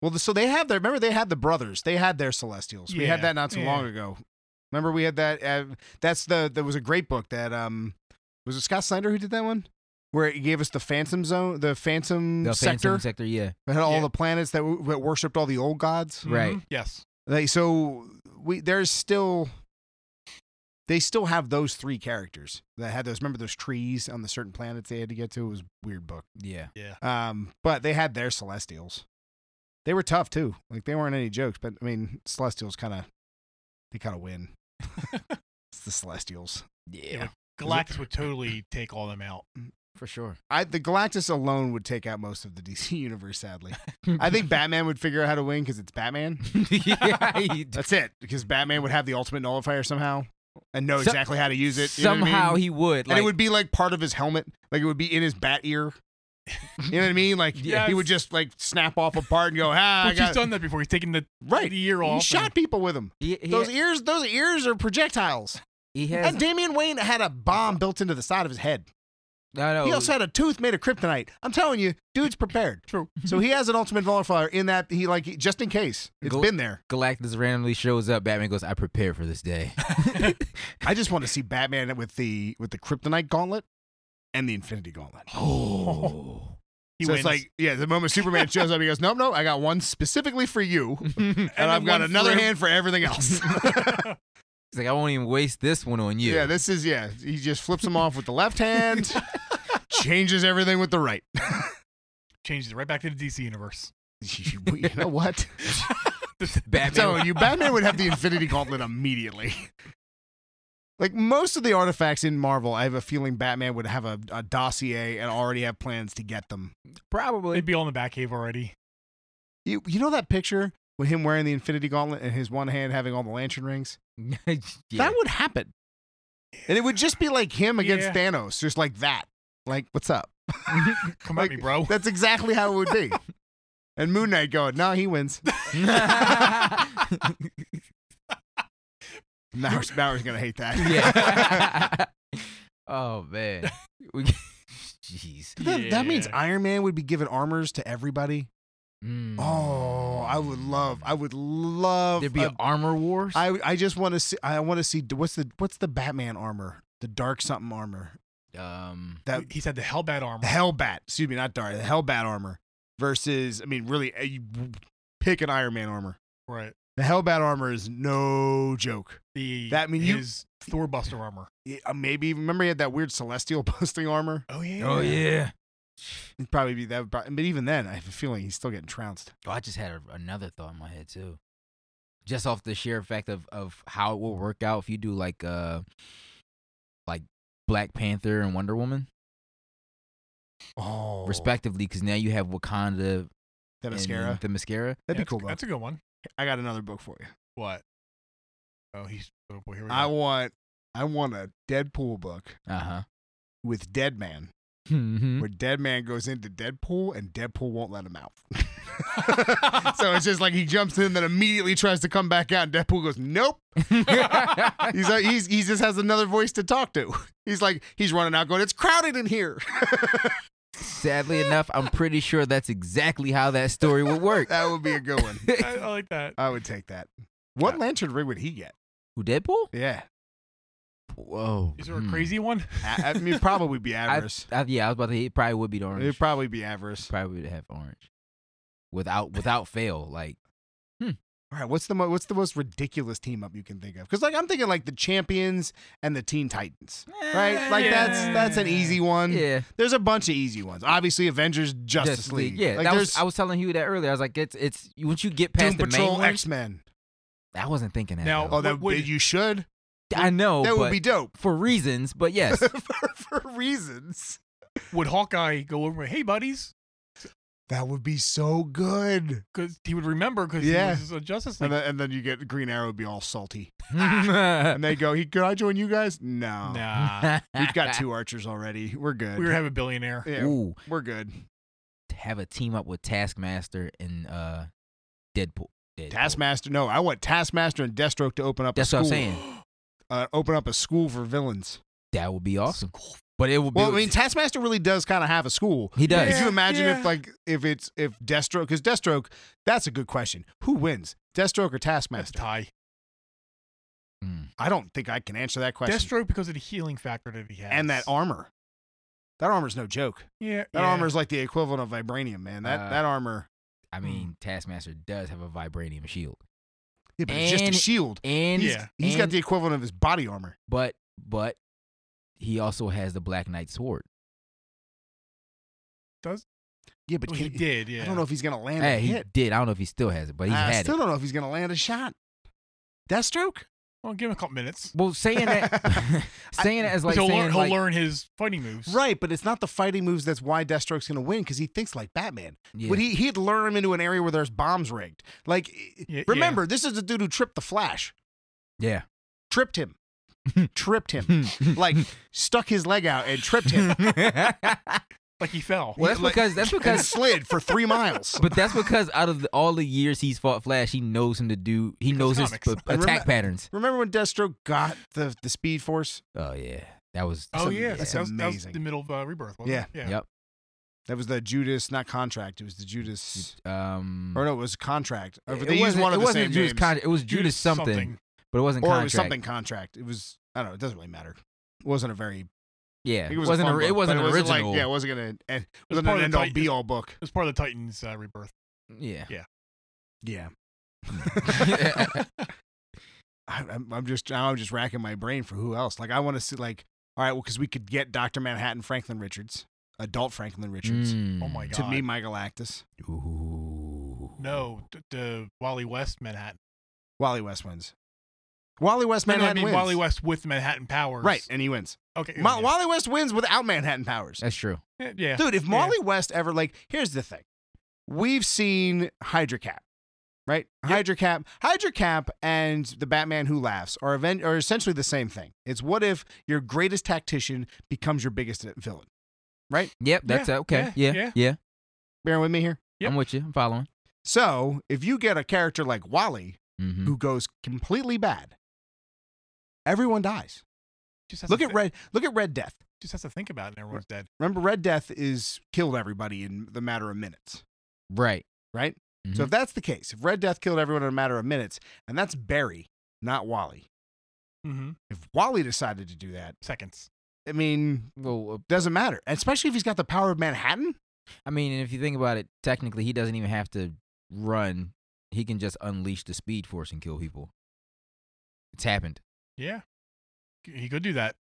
Speaker 5: well, the, so they have their. Remember, they had the brothers. They had their Celestials. We
Speaker 6: Yeah,
Speaker 5: had that not too
Speaker 6: yeah.
Speaker 5: long ago. Remember, we had that. Uh, that's the. There was a great book that um, was it Scott Snyder who did that one, where he gave us the Phantom Zone, the Phantom
Speaker 4: the
Speaker 5: Mm, Sector.
Speaker 4: Phantom Sector, yeah.
Speaker 5: It had all
Speaker 6: Yeah.
Speaker 5: the planets that, w- that worshipped all the old gods.
Speaker 4: Right.
Speaker 6: Mhm. Yes.
Speaker 5: Like so, we there's still they still have those three characters that had those. Remember those trees on the certain planets they had to get to. It was a weird book.
Speaker 4: Yeah.
Speaker 6: Yeah.
Speaker 5: Um, but they had their Celestials. They were tough too. Like they weren't any jokes. But I mean, Celestials kind of they kind of win. it's the Celestials.
Speaker 4: Yeah.
Speaker 6: Galactus would totally take all them out.
Speaker 4: For sure.
Speaker 5: I the Galactus alone would take out most of the DC universe. Sadly, I think Batman would figure out how to win because it's Batman.
Speaker 4: yeah, he d-
Speaker 5: That's it, because Batman would have the ultimate nullifier somehow and know
Speaker 4: Some-
Speaker 5: exactly how to use it. you know what I mean?
Speaker 4: somehow he would. Like,
Speaker 5: and it would be like part of his helmet, like it would be in his bat ear. You know what I mean? Like
Speaker 6: Yes.
Speaker 5: he would just like snap off a part and go, ah, I
Speaker 6: Which he's
Speaker 5: got
Speaker 6: done that before. He's taken the
Speaker 5: right.
Speaker 6: the ear
Speaker 5: He
Speaker 6: off.
Speaker 5: shot
Speaker 6: and-
Speaker 5: people with him.
Speaker 4: he, he,
Speaker 5: Those ears, those ears are projectiles.
Speaker 4: he has
Speaker 5: And Damian Wayne had a bomb built into the side of his head.
Speaker 4: no, no,
Speaker 5: He also had a tooth made of kryptonite. I'm telling you, dude's prepared.
Speaker 6: True.
Speaker 5: So he has an ultimate nullifier in that he like he- just in case it's
Speaker 4: Gl-
Speaker 5: been there.
Speaker 4: Galactus randomly shows up. Batman goes, "I prepared for this day."
Speaker 5: I just want to see Batman with the with the kryptonite gauntlet and the infinity gauntlet.
Speaker 4: oh.
Speaker 6: He
Speaker 5: so
Speaker 6: wins.
Speaker 5: it's like, yeah, the moment Superman shows up, he goes, nope, nope, I got one specifically for you, and,
Speaker 6: then
Speaker 5: I've got
Speaker 6: one
Speaker 5: another
Speaker 6: for him."
Speaker 5: hand for everything else.
Speaker 4: He's like, I won't even waste this one on you.
Speaker 5: yeah, this is yeah. He just flips him off with the left hand, changes everything with the right.
Speaker 6: changes it right back to the DC universe.
Speaker 5: you you know what?
Speaker 4: Batman.
Speaker 5: So you, Batman would have the Infinity Gauntlet immediately. Like most of the artifacts in Marvel, I have a feeling Batman would have a, a dossier and already have plans to get them.
Speaker 4: probably.
Speaker 6: They'd be all in the Batcave already.
Speaker 5: You, you know that picture with him wearing the Infinity Gauntlet and his one hand having all the lantern rings?
Speaker 4: yeah.
Speaker 5: That would happen. And it would just be like him against
Speaker 6: Yeah.
Speaker 5: Thanos, just like that. Like, what's up?
Speaker 6: Come
Speaker 5: Like,
Speaker 6: at me, bro.
Speaker 5: That's exactly how it would be. and Moon Knight going, no, he wins. Now, now he's going to hate that.
Speaker 4: yeah. oh man. We, jeez.
Speaker 5: That, that means
Speaker 6: Yeah.
Speaker 5: Iron Man would be giving armors to everybody.
Speaker 4: Mm.
Speaker 5: Oh, I would love, I would love.
Speaker 4: There'd be
Speaker 5: a-
Speaker 4: armor wars.
Speaker 5: I I just want to see. I want to see. What's the What's the Batman armor? The dark something armor.
Speaker 4: um.
Speaker 5: That
Speaker 6: He's had the Hellbat armor.
Speaker 5: the Hellbat, excuse me, not Dark, the Hellbat armor versus, I mean, really, uh, you pick an Iron Man armor.
Speaker 6: Right.
Speaker 5: The Hellbat armor is no joke.
Speaker 6: The
Speaker 5: That mean you-
Speaker 6: his Thor Buster armor.
Speaker 5: Yeah, uh, maybe even remember he had that weird celestial busting armor.
Speaker 6: Oh yeah.
Speaker 4: Oh yeah.
Speaker 5: It'd probably be that, would prob- but even then, I have a feeling he's still getting trounced.
Speaker 4: Oh, I just had a, another thought in my head too. Just off the sheer fact of of how it will work out if you do like uh like Black Panther and Wonder Woman
Speaker 5: Oh,
Speaker 4: respectively, because now you have Wakanda
Speaker 5: that
Speaker 4: and
Speaker 5: mascara.
Speaker 4: The mascara.
Speaker 5: That'd
Speaker 6: Yeah,
Speaker 5: be cool though.
Speaker 6: That's a good one.
Speaker 5: I got another book for you.
Speaker 6: What? Oh, he's. Oh boy, here we go.
Speaker 5: I want, I want a Deadpool book
Speaker 4: Uh huh.
Speaker 5: with Deadman,
Speaker 4: Mm-hmm.
Speaker 5: where Deadman goes into Deadpool and Deadpool won't let him out. so it's just like he jumps in, then immediately tries to come back out, and Deadpool goes, "Nope." He's like, he's he just has another voice to talk to. He's like he's running out, going, "It's crowded in here."
Speaker 4: Sadly enough, I'm pretty sure that's exactly how that story would work.
Speaker 5: that would be a good one.
Speaker 6: I, I like that.
Speaker 5: I would take that. What lantern ring would he get?
Speaker 4: Who Deadpool?
Speaker 5: Yeah,
Speaker 4: Whoa.
Speaker 6: Is there a
Speaker 4: hmm.
Speaker 6: crazy one?
Speaker 5: I, I mean, it'd probably be
Speaker 4: I,
Speaker 5: avarice.
Speaker 4: I, yeah, I was about to. It probably would be the orange.
Speaker 5: It'd probably be avarice.
Speaker 4: probably would have orange, without without fail. Like
Speaker 5: All right, what's the mo- what's the most ridiculous team up you can think of? Because like I'm thinking like the champions and the Teen Titans, right? Like that's that's an easy one.
Speaker 4: Yeah,
Speaker 5: There's a bunch of easy ones. Obviously, Avengers, Justice,
Speaker 4: Justice
Speaker 5: League.
Speaker 4: Yeah,
Speaker 5: like,
Speaker 4: that
Speaker 5: there's
Speaker 4: was, I was telling Hugh that earlier. I was like, it's it's once you get past
Speaker 5: Doom
Speaker 4: the main
Speaker 5: Patrol,
Speaker 4: ones-
Speaker 5: X Men.
Speaker 4: I wasn't thinking that.
Speaker 6: Now-
Speaker 4: though.
Speaker 5: Oh, that
Speaker 6: What would-
Speaker 5: you should.
Speaker 4: I know
Speaker 5: that
Speaker 4: Oh, but
Speaker 5: would be dope
Speaker 4: for reasons, but yes,
Speaker 5: for, for reasons.
Speaker 6: Would Hawkeye go over? Hey, buddies,
Speaker 5: That would be so good.
Speaker 6: because he would remember because
Speaker 5: Yeah.
Speaker 6: he was a Justice League.
Speaker 5: And then, and then you get Green Arrow would be all salty, and
Speaker 4: nah.
Speaker 5: they go, "He could I join you guys? No,
Speaker 6: nah,
Speaker 5: we've got two archers already. We're good.
Speaker 6: we would have a billionaire.
Speaker 5: yeah,
Speaker 4: Ooh,
Speaker 5: we're good.
Speaker 4: to have a team up with Taskmaster and uh, Deadpool. Deadpool.
Speaker 5: Taskmaster. No, I want Taskmaster and Deathstroke to open up.
Speaker 4: That's
Speaker 5: a
Speaker 4: what I'm
Speaker 5: school,
Speaker 4: saying.
Speaker 5: Uh, open up a school for villains.
Speaker 4: That would be awesome. But it would be.
Speaker 5: Well, I mean, Taskmaster really does kind of have a school.
Speaker 4: he does.
Speaker 5: Could you
Speaker 6: Yeah,
Speaker 5: imagine
Speaker 6: yeah.
Speaker 5: if like if it's if Deathstroke? Because Deathstroke, that's a good question. Who wins, Deathstroke or
Speaker 6: That's a
Speaker 5: Taskmaster?
Speaker 6: tie.
Speaker 4: Mm.
Speaker 5: I don't think I can answer that question.
Speaker 6: Deathstroke because of the healing factor that he has.
Speaker 5: and that armor. That armor's no joke.
Speaker 6: Yeah.
Speaker 5: That
Speaker 6: yeah.
Speaker 5: armor's like the equivalent of vibranium, man. That
Speaker 4: Uh,
Speaker 5: that armor.
Speaker 4: I
Speaker 5: Mm.
Speaker 4: mean, Taskmaster does have a vibranium shield,
Speaker 5: Yeah, but it's just a
Speaker 4: and-
Speaker 5: shield.
Speaker 4: and
Speaker 6: Yeah.
Speaker 5: He's got
Speaker 4: and-
Speaker 5: the equivalent of his body armor.
Speaker 4: but but he also has the Black Knight sword.
Speaker 5: Oh, Yeah, but
Speaker 6: Well, he
Speaker 5: can-
Speaker 6: did. Yeah.
Speaker 5: I don't know if he's gonna land
Speaker 4: Hey,
Speaker 5: a
Speaker 4: Eh, he
Speaker 5: hit.
Speaker 4: did. I don't know if he still has it, but he
Speaker 5: I
Speaker 4: had
Speaker 5: still
Speaker 4: it.
Speaker 5: don't know if he's gonna land a shot. Deathstroke?
Speaker 6: Well, give him a couple minutes.
Speaker 4: Well, saying that, saying it as like
Speaker 6: he'll
Speaker 4: saying
Speaker 6: learn. He'll
Speaker 4: like,
Speaker 6: learn his fighting moves.
Speaker 5: Right, but it's not the fighting moves that's why Deathstroke's gonna win because he thinks like Batman.
Speaker 4: Yeah.
Speaker 5: Would he he'd lure him into an area where there's bombs rigged? Like,
Speaker 6: yeah.
Speaker 5: remember, this is the dude who tripped the Flash,
Speaker 4: Yeah.
Speaker 5: tripped him, tripped him, like stuck his leg out and tripped him,
Speaker 6: Like he fell.
Speaker 4: Well, that's
Speaker 5: Like-
Speaker 4: because that's
Speaker 5: and
Speaker 4: because,
Speaker 5: slid for three miles.
Speaker 4: but that's because out of the, all the years he's fought Flash, he knows him to do. He knows his
Speaker 6: comics.
Speaker 4: p-
Speaker 5: And
Speaker 4: attack
Speaker 5: remem-
Speaker 4: patterns.
Speaker 5: Remember when Deathstroke got the the Speed Force?
Speaker 4: Oh yeah, that was.
Speaker 6: Oh
Speaker 5: am-
Speaker 6: yeah,
Speaker 5: that's
Speaker 6: that was, that was
Speaker 5: amazing.
Speaker 6: the middle of uh, Rebirth, wasn't it? Yeah.
Speaker 4: Yep.
Speaker 5: That was the Judas, not contract. It was the Judas,
Speaker 4: Um.
Speaker 5: or no, it was contract. Or
Speaker 4: it
Speaker 5: they used
Speaker 4: wasn't-
Speaker 5: one of
Speaker 4: it
Speaker 5: the
Speaker 4: wasn't
Speaker 5: same
Speaker 4: Judas
Speaker 5: names.
Speaker 4: Con- It was Judas something, but it wasn't
Speaker 5: or it
Speaker 4: contract.
Speaker 5: was something contract. It was I don't know. It doesn't really matter. It wasn't a very.
Speaker 4: Yeah,
Speaker 5: It,
Speaker 4: it
Speaker 5: was
Speaker 4: wasn't. A,
Speaker 5: A fun book,
Speaker 4: it
Speaker 5: but
Speaker 4: wasn't
Speaker 5: it wasn't
Speaker 4: original.
Speaker 5: Like, yeah, it wasn't gonna. It
Speaker 6: was
Speaker 5: wasn't
Speaker 6: part of
Speaker 5: an end
Speaker 6: the
Speaker 5: all
Speaker 6: Titan-
Speaker 5: be all book.
Speaker 6: It was part of the Titans uh, Rebirth.
Speaker 4: yeah.
Speaker 5: Yeah.
Speaker 4: Yeah.
Speaker 5: I, I'm, I'm just now I'm just racking my brain for who else. Like I want to see like all right, well, because we could get Doctor Manhattan, Franklin Richards, adult Franklin Richards,
Speaker 4: Mm.
Speaker 6: Oh my god.
Speaker 5: to me, my Galactus,
Speaker 4: Ooh.
Speaker 6: No, the, the Wally West Manhattan.
Speaker 5: Wally West wins. Wally West
Speaker 6: No, no, I
Speaker 5: Manhattan
Speaker 6: mean
Speaker 5: wins.
Speaker 6: Wally West with Manhattan powers.
Speaker 5: Right, and he wins.
Speaker 6: Okay.
Speaker 5: Ma-
Speaker 6: yeah.
Speaker 5: Wally West wins without Manhattan powers.
Speaker 4: That's true.
Speaker 6: Yeah, yeah.
Speaker 5: Dude, if Molly West ever like, here's the thing. We've seen Hydra Cap, right? Hydra Cap, Hydra Cap, and the Batman Who Laughs are event are essentially the same thing. It's what if your greatest tactician becomes your biggest villain?
Speaker 4: Yep. That's
Speaker 6: Yeah,
Speaker 4: okay. Yeah.
Speaker 6: yeah, yeah.
Speaker 4: Yeah.
Speaker 5: Bear with me here.
Speaker 6: Yep.
Speaker 4: I'm with you. I'm following.
Speaker 5: So if you get a character like Wally
Speaker 4: hmm
Speaker 5: who goes completely bad, everyone dies.
Speaker 6: Just has to
Speaker 5: Look at
Speaker 6: thi-
Speaker 5: Red. Look at Red Death.
Speaker 6: Just has to think about it. and Everyone's dead.
Speaker 5: Remember, Red Death is killed everybody in the matter of minutes,
Speaker 4: Right.
Speaker 5: right? So
Speaker 4: Mhm.
Speaker 5: if that's the case, if Red Death killed everyone in a matter of minutes, and that's Barry, not Wally.
Speaker 6: Mm-hmm.
Speaker 5: If Wally decided to do that,
Speaker 6: Seconds.
Speaker 5: I mean,
Speaker 4: Well, uh,
Speaker 5: doesn't matter. Especially if he's got the power of Manhattan.
Speaker 4: I mean, and if you think about it, technically, he doesn't even have to run. He can just unleash the Speed Force and kill people. It's happened.
Speaker 6: Yeah. He could do that.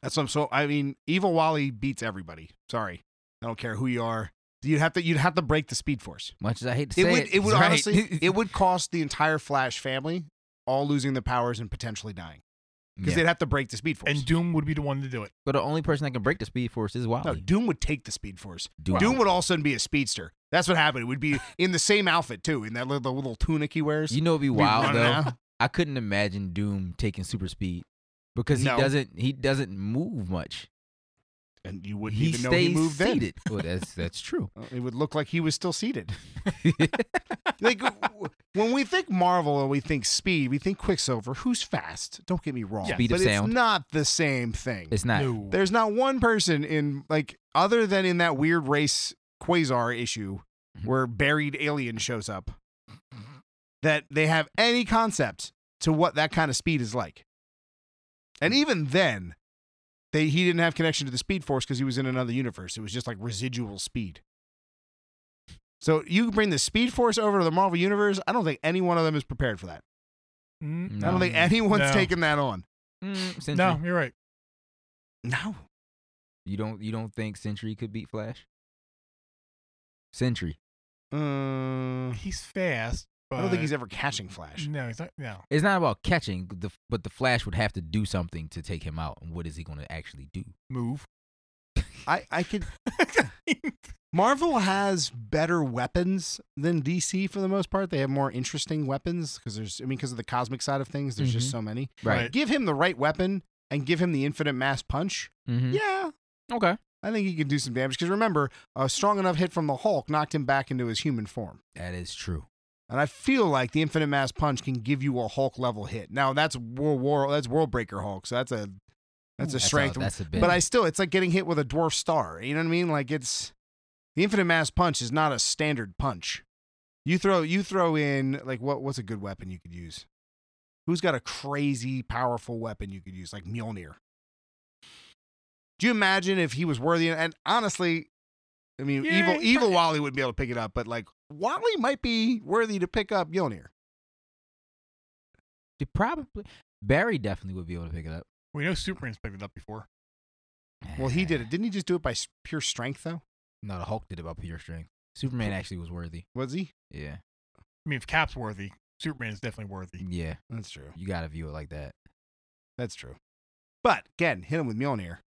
Speaker 5: That's what I'm so. I mean, evil Wally beats everybody. Sorry, I don't care who you are. You'd have to. You'd have to break the Speed Force.
Speaker 4: Much as I hate to
Speaker 5: It
Speaker 4: say
Speaker 5: would. It, would
Speaker 4: right?
Speaker 5: honestly. it would cost the entire Flash family all losing the powers and potentially dying because
Speaker 4: Yeah.
Speaker 5: they'd have to break the Speed Force.
Speaker 6: And Doom would be the one to do it.
Speaker 4: But the only person that can break the Speed Force is Wally.
Speaker 5: no, Doom would take the Speed Force.
Speaker 4: Doom.
Speaker 5: Doom would all of a sudden be a speedster. That's what happened. It would be in the same outfit too, in that little, little tunic he wears.
Speaker 4: You know, it'd be
Speaker 5: Be
Speaker 4: wild
Speaker 5: running
Speaker 4: though.
Speaker 5: out.
Speaker 4: I couldn't imagine Doom taking super speed because he
Speaker 5: No.
Speaker 4: doesn't. He doesn't move much.
Speaker 5: and you wouldn't
Speaker 4: he
Speaker 5: even know
Speaker 4: stays
Speaker 5: he moved then.
Speaker 4: seated. Well, that's that's true.
Speaker 5: Uh, It would look like he was still seated. Like w- when we think Marvel and we think speed, we think Quicksilver, who's fast. Don't get me wrong,
Speaker 6: Yeah.
Speaker 4: Speed
Speaker 5: but
Speaker 4: of
Speaker 5: it's
Speaker 4: sound.
Speaker 5: not the same thing.
Speaker 4: it's not.
Speaker 6: No.
Speaker 5: There's not one person in like other than in that weird race quasar issue where buried alien shows up that they have any concept to what that kind of speed is like. And even then, they he didn't have connection to the speed force because he was in another universe. It was just like residual speed. So you bring the Speed Force over to the Marvel Universe. I don't think any one of them is prepared for that.
Speaker 6: Mm,
Speaker 5: I
Speaker 4: No.
Speaker 5: don't think anyone's
Speaker 6: No.
Speaker 5: taking that on.
Speaker 4: Mm, Sentry.
Speaker 5: Mm-hmm.
Speaker 6: No, you're right.
Speaker 5: No.
Speaker 4: You don't you don't think Sentry could beat Flash? Sentry.
Speaker 5: Uh,
Speaker 6: He's fast. But
Speaker 5: I don't think he's ever catching Flash.
Speaker 6: No, he's not. No.
Speaker 4: It's not about catching, the, but the Flash would have to do something to take him out. And what is he going to actually do?
Speaker 6: Move.
Speaker 5: I, I could. Marvel has better weapons than DC for the most part. They have more interesting weapons because there's, I mean, because of the cosmic side of things, there's just so many.
Speaker 6: Right.
Speaker 5: Give him the right weapon and give him the infinite mass punch.
Speaker 4: Mm-hmm.
Speaker 5: Yeah,
Speaker 4: Okay.
Speaker 5: I think he can do some damage. Because remember, a strong enough hit from the Hulk knocked him back into his human form.
Speaker 4: That is true.
Speaker 5: And I feel like the infinite mass punch can give you a Hulk level hit. Now that's world war that's world breaker Hulk, so that's a that's a
Speaker 4: That's a-
Speaker 5: strength.
Speaker 4: that's a bit-
Speaker 5: But I still it's like getting hit with a dwarf star. You know what I mean? Like it's the infinite mass punch is not a standard punch. You throw you throw in like what what's a good weapon you could use? Who's got a crazy powerful weapon you could use like Mjolnir? Do you imagine if he was worthy? And honestly, I mean,
Speaker 6: Yeah,
Speaker 5: evil
Speaker 6: he
Speaker 5: evil
Speaker 6: prob-
Speaker 5: Wally would be able to pick it up, but like Wally might be worthy to pick up Mjolnir.
Speaker 4: It probably Barry definitely would be able to pick it up.
Speaker 6: We know Superman's picked it up before.
Speaker 5: Well, he did it. Didn't he just do it by s- pure strength though?
Speaker 4: No, the Hulk did it by pure strength. Superman actually was worthy.
Speaker 5: Was he?
Speaker 4: Yeah.
Speaker 6: I mean, if Cap's worthy, Superman is definitely worthy.
Speaker 4: Yeah.
Speaker 5: That's true.
Speaker 4: You got to view it like that.
Speaker 5: That's true. But again, hit him with Mjolnir.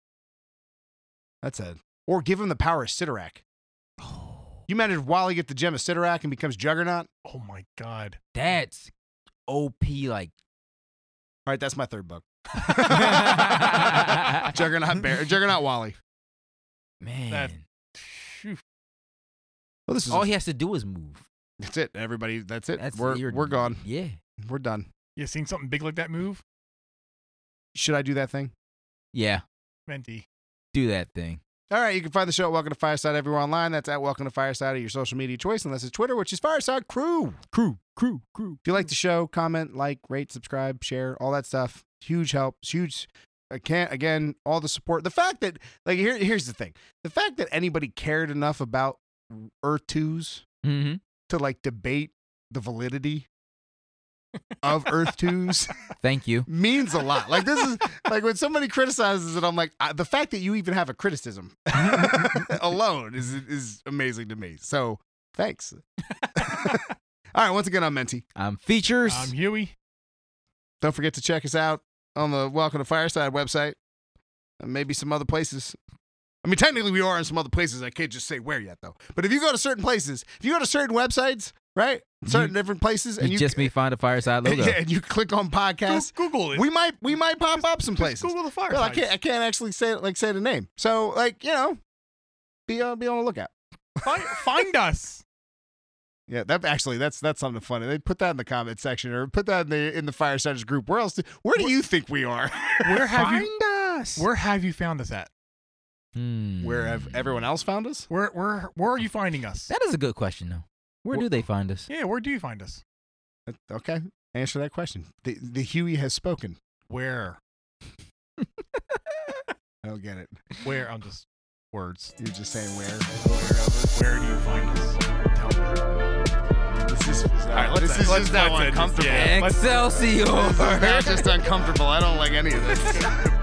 Speaker 5: That's a or give him the power of Sidorak. You imagine if Wally gets the gem of Sidorak and becomes Juggernaut?
Speaker 6: Oh my God.
Speaker 4: That's OP like
Speaker 5: All right, that's my third book. Juggernaut Bear, Juggernaut Wally.
Speaker 4: Man.
Speaker 6: Phew.
Speaker 5: Well, this is
Speaker 4: All he has to do is move.
Speaker 5: that's it. Everybody, that's it.
Speaker 4: That's
Speaker 5: we're
Speaker 4: you're-
Speaker 5: we're gone.
Speaker 4: Yeah.
Speaker 5: We're done.
Speaker 6: You seen something big like that move?
Speaker 5: Should I do that thing?
Speaker 4: Yeah.
Speaker 6: Menti.
Speaker 4: Do that thing.
Speaker 5: All right, you can find the show at Welcome to Fireside everywhere online. That's at Welcome to Fireside at your social media choice, unless it's Twitter, which is Fireside Crew.
Speaker 4: Crew, crew, crew.
Speaker 5: If you like the show, comment, like, rate, subscribe, share, all that stuff. Huge help. It's Huge. I can't again. All the support. The fact that like here, here's the thing. The fact that anybody cared enough about Earth twos
Speaker 4: Mm-hmm.
Speaker 5: to like debate the validity of Earth twos
Speaker 4: Thank you.
Speaker 5: means a lot. Like this is like when somebody criticizes it, I'm like I, the fact that you even have a criticism alone is is amazing to me. So thanks. all right. Once again, I'm Menti.
Speaker 4: I'm Um, features.
Speaker 5: Um,
Speaker 6: I'm Huey.
Speaker 5: Don't forget to check us out on the Welcome to Fireside website and maybe some other places. I mean, technically, we are in some other places. I can't just say where yet, though. But if you go to certain places, if you go to certain websites, right, certain different places,
Speaker 4: Mm-hmm. you,
Speaker 5: and you,
Speaker 4: just may find a fireside
Speaker 5: and,
Speaker 4: logo.
Speaker 5: yeah, and you click on
Speaker 6: Go-
Speaker 5: podcasts,
Speaker 6: Google it.
Speaker 5: we might we might pop up some
Speaker 6: Just
Speaker 5: places.
Speaker 6: Google the fire.
Speaker 5: Well, I can't I can't actually say like say the name. So like you know, be on be on the lookout.
Speaker 6: find, find us.
Speaker 5: Yeah, that actually that's that's something funny. They put that in the comment section or put that in the in the Firesiders group. Where else? Do, where do you think we are?
Speaker 6: Where have
Speaker 4: find
Speaker 6: you?
Speaker 4: us.
Speaker 6: Where have you found us at?
Speaker 4: Hmm.
Speaker 5: where have everyone else found us?
Speaker 6: Where where where
Speaker 5: Oh.
Speaker 6: are you finding us?
Speaker 4: That is a good question, though. Where
Speaker 6: Wh-
Speaker 4: do they find us?
Speaker 6: Yeah, where do you find us?
Speaker 5: Okay, answer that question. The the Huey has spoken.
Speaker 6: Where
Speaker 5: I don't get it.
Speaker 6: where? I'm just words.
Speaker 5: You're just saying where.
Speaker 6: Where do you find us? Tell me.
Speaker 5: This is
Speaker 6: right, let's-
Speaker 5: this is
Speaker 6: let's-
Speaker 5: just now
Speaker 6: let's end this.
Speaker 5: uncomfortable.
Speaker 6: Yeah.
Speaker 5: This
Speaker 4: Excelsior.
Speaker 5: is now just uncomfortable. I don't like any of this.